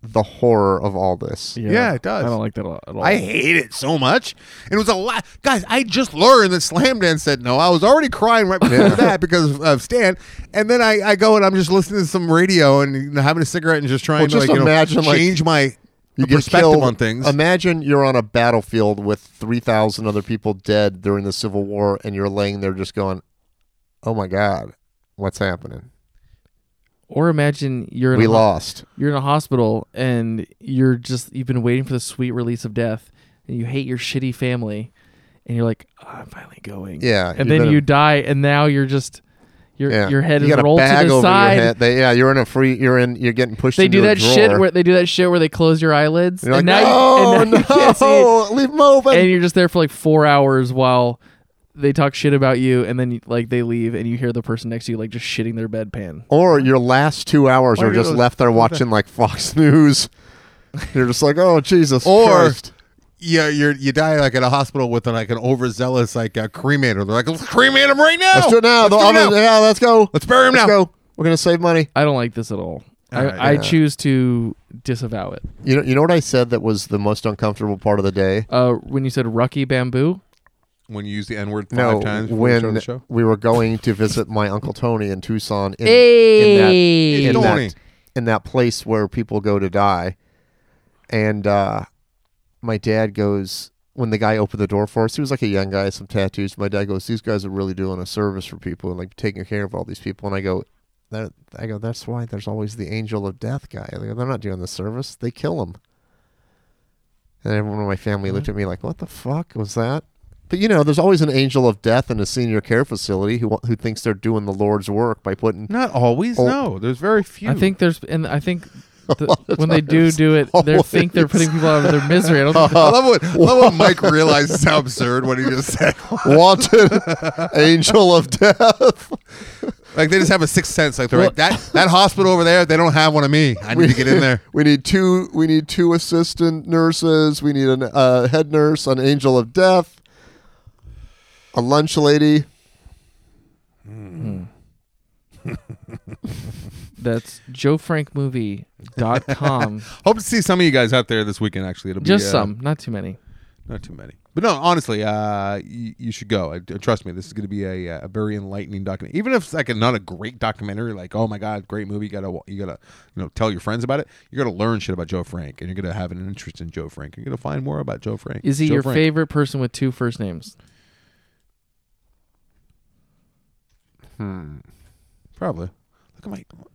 the horror of all this. Yeah, it does. I don't like that a lot at all. I hate it so much. And it was a lot, guys. I just learned that Slam Dance said no. I was already crying right before that because of, of Stan. And then I, I go and I'm just listening to some radio and you know, having a cigarette and just trying Well, to just like, you know, imagine, like, change my You get perspective killed. on things. Imagine you're on a battlefield with 3,000 other people dead during the Civil War, and you're laying there just going, oh my God, what's happening? Or imagine you're in We a, lost. you're in a hospital and you're just you've been waiting for the sweet release of death, and you hate your shitty family, and you're like, "Oh, I'm finally going. Yeah. And you've then been- you die, and now you're just your yeah. your head You is got a rolled bag to the over side. Your head. They, yeah, you're in a free. You're in. You're getting pushed. They into do a that shit drawer. where they do that shit where they close your eyelids, You're like, and now no, you, and now you can't see it." no, leave them open. and you're just there for like four hours while they talk shit about you, and then like they leave, and you hear the person next to you like just shitting their bedpan. or your last two hours Why are do just those- left there watching like Fox News. You're just like, oh Jesus Or- Christ. yeah, you're you die like at a hospital with like an overzealous like uh, cremator. They're like, let's cremate him right now. Let's do it now. Let's, do it I'm now. gonna- Yeah, let's go. Let's bury him Let's now. go. We're gonna save money. I don't like this at all. I, Alright, I Uh, yeah. choose to disavow it. You know, you know what I said that was the most uncomfortable part of the day. Uh, when you said Rocky Bamboo, When you use the N word five No, times before we start when the show. we were going to visit my uncle Tony in Tucson, in, Hey. in, that, in, Tony. that, in that place where people go to die, and uh, my dad goes when the guy opened the door for us. He was like a young guy, some tattoos. My dad goes, "These guys are really doing a service for people and like taking care of all these people." And I go, "That I go, that's why there's always the angel of death guy. They go, They're not doing the service; they kill them." And everyone in my family looked at me like, "What the fuck was that?" But you know, there's always an angel of death in a senior care facility who who thinks they're doing the Lord's work by putting Not always. Oh. No, there's very few. I think there's, and I think the, lot of when they do times. do it, they think they're Always. putting people out of their misery. I don't think Oh. I love what I love when Mike realizes how absurd what he just said. wanted angel of death. Like they just have a sixth sense. Like they're Well- like that that hospital over there. They don't have one of me. I need to get in there. We need two. We need two assistant nurses. We need a uh, head nurse, an angel of death, a lunch lady. that's joefrankmovie.com. Hope to see some of you guys out there this weekend. Actually, it'll be Just uh, some, not too many. not too many. But no, honestly, uh, you, you should go. I, trust me, this is going to be a, uh, a very enlightening document. Even if it's like a, not a great documentary, like oh my god, great movie. You gotta wa- you gotta you know tell your friends about it. You're gonna learn shit about Joe Frank, and you're gonna have an interest in Joe Frank. You're gonna find more about Joe Frank. Is he Joe your Frank. favorite person with two first names? Probably. Look at my look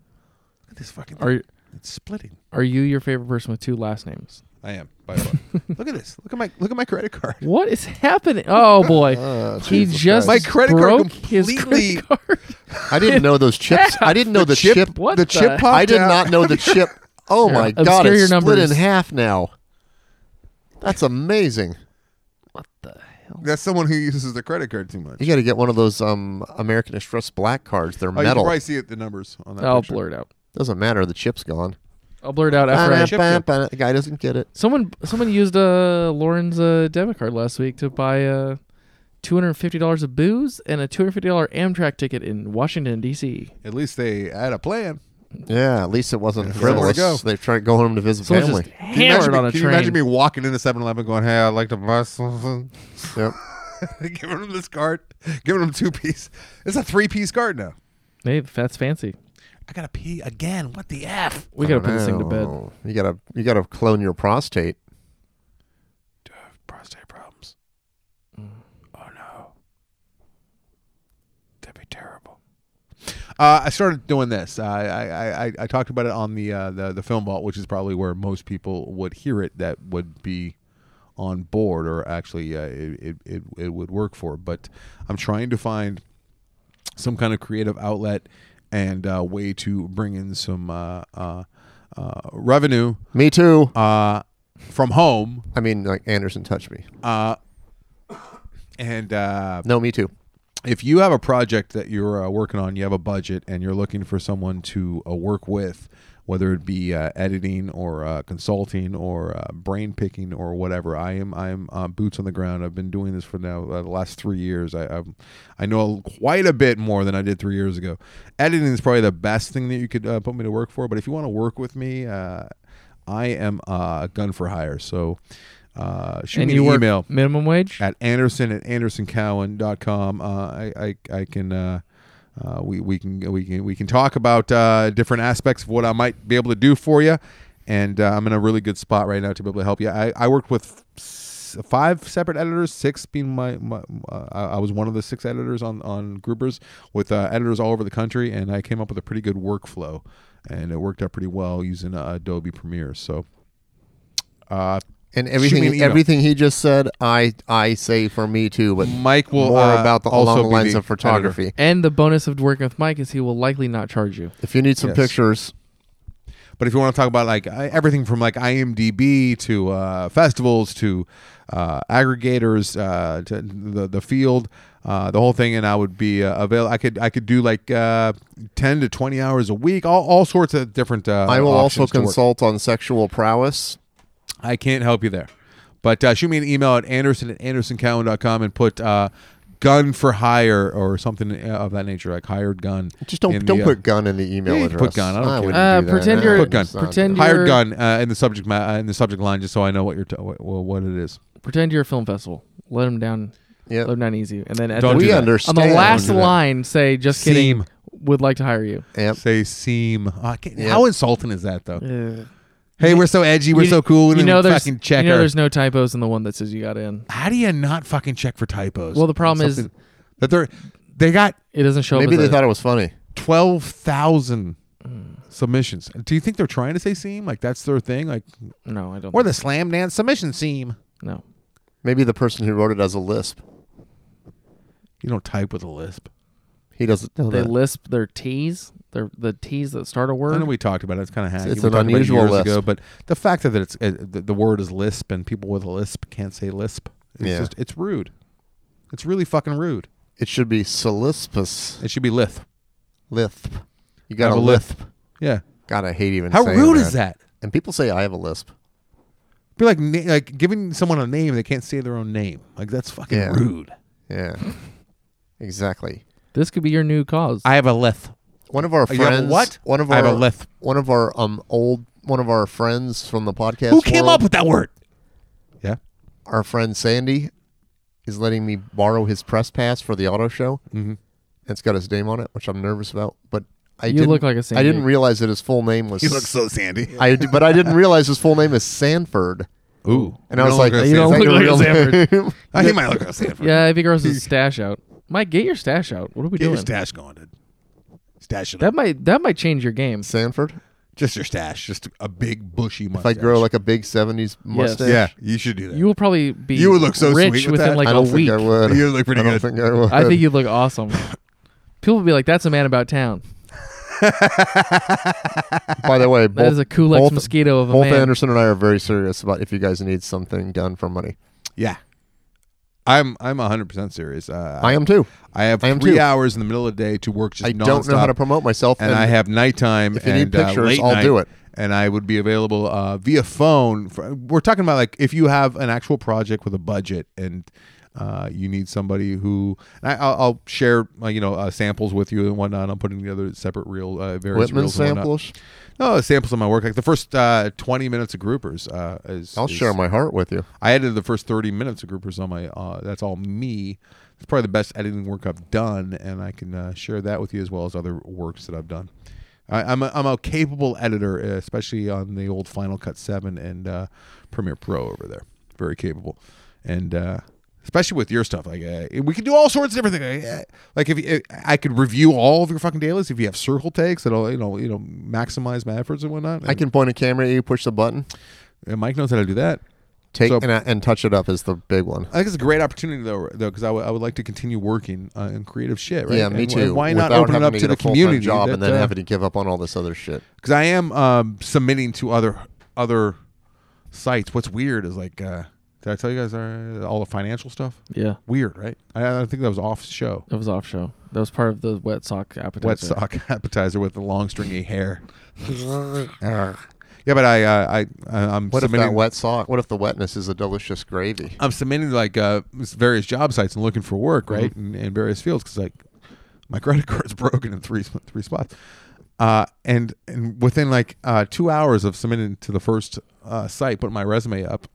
at this fucking. Thing. Are it's splitting. are you your favorite person with two last names? I am. By the way, look at this. Look at my look at my credit card. What is happening? Oh boy, Uh, he Jesus just Christ. My credit card broke his completely- credit card. I didn't know those chips. I didn't know the, chip. What the chip popped I did out. not know the chip. Oh my obscure god! your It's split numbers. in half now. That's amazing. That's someone who uses their credit card too much. You got to get one of those um, American Express black cards. They're Oh, you can metal. probably see it, the numbers on that. I'll picture. Oh, blur it out. Doesn't matter. The chip's gone. I'll blur it out after I. Chip chip. Ba-da-ba-ba-da. The guy doesn't get it. Someone someone used uh, Lauren's uh, debit card last week to buy uh, two hundred fifty dollars of booze and a two hundred fifty dollar Amtrak ticket in Washington D.C. At least they had a plan. Yeah, at least it wasn't somewhere frivolous. to go. They tried going home to visit Someone family. just Can you hammered imagine on me, a can train. you imagine me walking into 7-Eleven going, "Hey, I'd like to buy something." Yep. giving them this card, giving them two piece. It's a three piece card now. Hey, that's fancy. I gotta pee again. What the f? We gotta put this thing to bed. Oh, You gotta you gotta clone your prostate. Do I have prostate problems? Oh no, that'd be terrible. Uh, I started doing this. I, I, I, I talked about it on the, uh, the the film vault, which is probably where most people would hear it that would be on board or actually uh, it, it, it, it would work for. But I'm trying to find some kind of creative outlet and uh, way to bring in some uh, uh, uh, revenue Me too. uh, from home. I mean, like Anderson touched me. Uh, and uh, No, me too. if you have a project that you're uh, working on, you have a budget, and you're looking for someone to uh, work with, whether it be uh, editing or uh, consulting or uh, brain picking or whatever, I am I am uh, boots on the ground. I've been doing this for now uh, the last three years. I I've, I know quite a bit more than I did three years ago. Editing is probably the best thing that you could uh, put me to work for. But if you want to work with me, uh, I am uh, gun for hire. So. Uh, shoot and me you an work email minimum wage. at anderson at andersoncowan.com. Uh, I, I, I can, uh, uh, we, we can, we can, we can talk about uh, different aspects of what I might be able to do for you. And uh, I'm in a really good spot right now to be able to help you. I, I worked with s- five separate editors, six being my, my uh, I I was one of the six editors on, on Groupers with uh, editors all over the country. And I came up with a pretty good workflow and it worked out pretty well using uh, Adobe Premiere. So, uh, And me an everything, email. everything he just said, I I say for me too. But Mike will more uh, about the also along the be lines the of photography. And the bonus of working with Mike is he will likely not charge you. If you need some Yes. pictures, But if you want to talk about like I- everything from like IMDb to uh, festivals to uh, aggregators uh, to the the field, uh, the whole thing, and I would be uh, available. I could I could do like uh, ten to twenty hours a week, all, all sorts of different. Uh, I will also options to work. consult on sexual prowess. I can't help you there, but uh, shoot me an email at anderson at andersoncowan.com and put. Uh, Gun for hire or something uh, of that nature, like hired gun. Just in don't don't the, uh, put gun in the email yeah, you can address. put gun, I don't care. wouldn't Uh, do that. pretend Nah, you're- Put gun. it's not pretend good. you're- hired gun uh, in the subject ma- uh, in the subject line, just so I know what you're t- what, what it is. Pretend you're a film festival. Let him down. Yep. Let him down easy. And then at Don't the, do we that. on understand. the last Don't do that. line, say, just Seam. kidding. Would like to hire you. Yep. Say seam. Oh, I can't- Yep. How insulting is that though? Ugh. Hey, we're so edgy, we're You- so cool, we you don't know even there's fucking check you know our- there's no typos in the one that says you got in. How do you not fucking check for typos? Well, the problem is- Something that they're they got It doesn't show Maybe up. they as a- thought it was funny. twelve thousand submissions. Do you think they're trying to say seam? Like that's their thing? Like no, I don't. we're the slam dance submission seam. no. Maybe the person who wrote it has a lisp. You don't type with a lisp. He doesn't know They that. lisp their T's. Their the T's that start a I know word. we talked about it. It's kind of hacky. it's we an talked about it unusual years lisp. ago, but the fact that it's uh, the, the word is lisp and people with a lisp can't say lisp. It's Yeah. just it's rude. It's really fucking rude. It should be solispus It should be lith. lisp. You got Have a a lisp. lisp. Yeah. God, I hate even. How saying rude that. is that? And people say I have a lisp. Be like na- like giving someone a name they can't say their own name. Like that's fucking Yeah. rude. Yeah, exactly. This could be your new cause. I have a lith. One of our Oh, You have a friends. what? One of I our have a lisp. One of our um old one of our friends from the podcast. Who came world, up with that word? Yeah. our friend Sandy is letting me borrow his press pass for the auto show. Mm-hmm. It's got his name on it, which I'm nervous about. But I You didn't, look like a I Sandy. didn't realize that his full name was. so sandy. I d- but I didn't realize his full name is Sanford, Ooh. and I was like, like a You don't "Is that look your like a real Sanford." name?" I hate my look at Sanford. yeah, Ivy grows his stash out. Mike, get your stash out. What are we Get your doing? stash going, dude. Stash it up. that might that might change your game. Sanford. Just your stash. Just a big bushy If I mustache. grow like a big '70s mustache, yeah, you should do that. You will probably be You would look so rich sweet with within that. like I a don't week. think I would. You look pretty I don't good. think I would. I think you'd look awesome. People would be like, "That's a man about town." By the way, That both, is a Kulex both- mosquito of a both man. Anderson and I are very serious about if you guys need something done for money. yeah. I'm I'm 100% serious. Uh, I am too. I have I am three too. hours in the middle of the day to work just I don't know how to nonstop. promote myself, and, I have nighttime if you and need uh, pictures, late I'll night, do it. And I would be available uh, via phone. For, we're talking about like if you have an actual project with a budget and uh, you need somebody who and I, I'll, I'll share uh, you know uh, samples with you and whatnot. I'm putting together separate real uh, various Whitman reels and whatnot. samples. No samples of my work. Like the first uh, 20 minutes of groupers uh, is I'll is- share my heart with you. I edited the first 30 minutes of groupers on my. Uh, that's all me. It's probably the best editing work I've done, and I can uh, share that with you as well as other works that I've done. I, I'm a, I'm a capable editor, uh, especially on the old Final Cut Seven and uh, Premiere Pro over there. Very capable, and uh, especially with your stuff. Like uh, we could do all sorts of different things. Like, uh, Like if uh, I could review all of your fucking dailies, if you have circle takes, it'll you know you know maximize my efforts and whatnot. I can point a camera at you, push the button, And Mike knows how to do that. take So- and, uh, and touch it up is the big one. I think it's a great opportunity though, though, because I would- I would like to continue working uh, in creative shit. Right? Yeah, me And wh- too. Why not without open it having up to, get the a full-time community? job that, and then uh, having to give up on all this other shit? because I am um, submitting to other other sites. What's weird is like, uh, did I tell you guys uh, all the financial stuff? Yeah, Weird, right? I, I think that was off show. that was off show. That was part of the wet sock appetizer. Wet sock appetizer with the long stringy hair. yeah, but I, uh, I, I I'm What if submitting. that wet sock? What if the wetness is a delicious gravy? I'm submitting like uh, various job sites and looking for work, right, Mm-hmm. in, in various fields because like my credit card's broken in three sp- three spots, uh, and and within like uh, two hours of submitting to the first uh, site, putting my resume up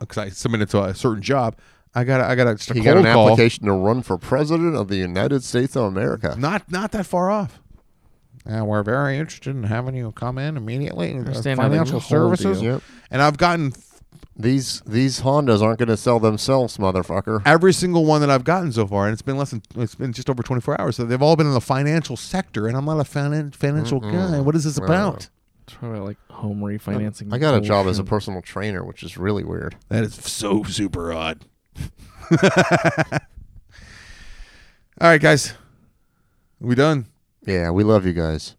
because I submitted to a certain job, I got a- I got a, just a He got cold an call, application to run for president of the United States of America. not not that far off. And we're very interested in having you come in immediately. uh, understand how they financial hold services, you. Yep. and I've gotten These these Hondas aren't going to sell themselves, motherfucker. every single one that I've gotten so far, and it's been less than it's been just over 24 hours. So they've all been in the financial sector, and I'm not a finan- financial guy. What is this about? It's probably like home refinancing. I got a job as a bullshit. personal trainer, which is really weird. That is so super odd. all right, guys, we done. Yeah, we love you guys.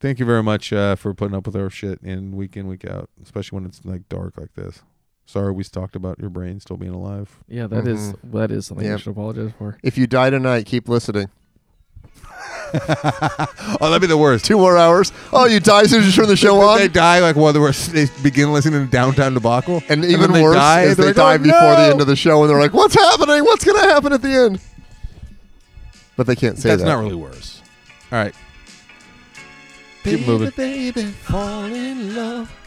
Thank you very much uh, for putting up with our shit in week in week out, especially when it's like dark like this. Sorry, we talked about your brain still being alive. Yeah, that is that is something Mm-hmm. Yeah. you should apologize for. If you die tonight, keep listening. Oh, that'd be the worst. Two more hours. Oh, you die as soon as you turn the show They on. die like while they were they begin listening to Downtown Debacle, And then even they worse die, is they're they like, die "Oh, before the no!" end of the show, and they're like, "What's happening? What's going to happen at the end?" But they can't say That's that. not really worse. All right. Keep moving. Baby, baby, fall in love.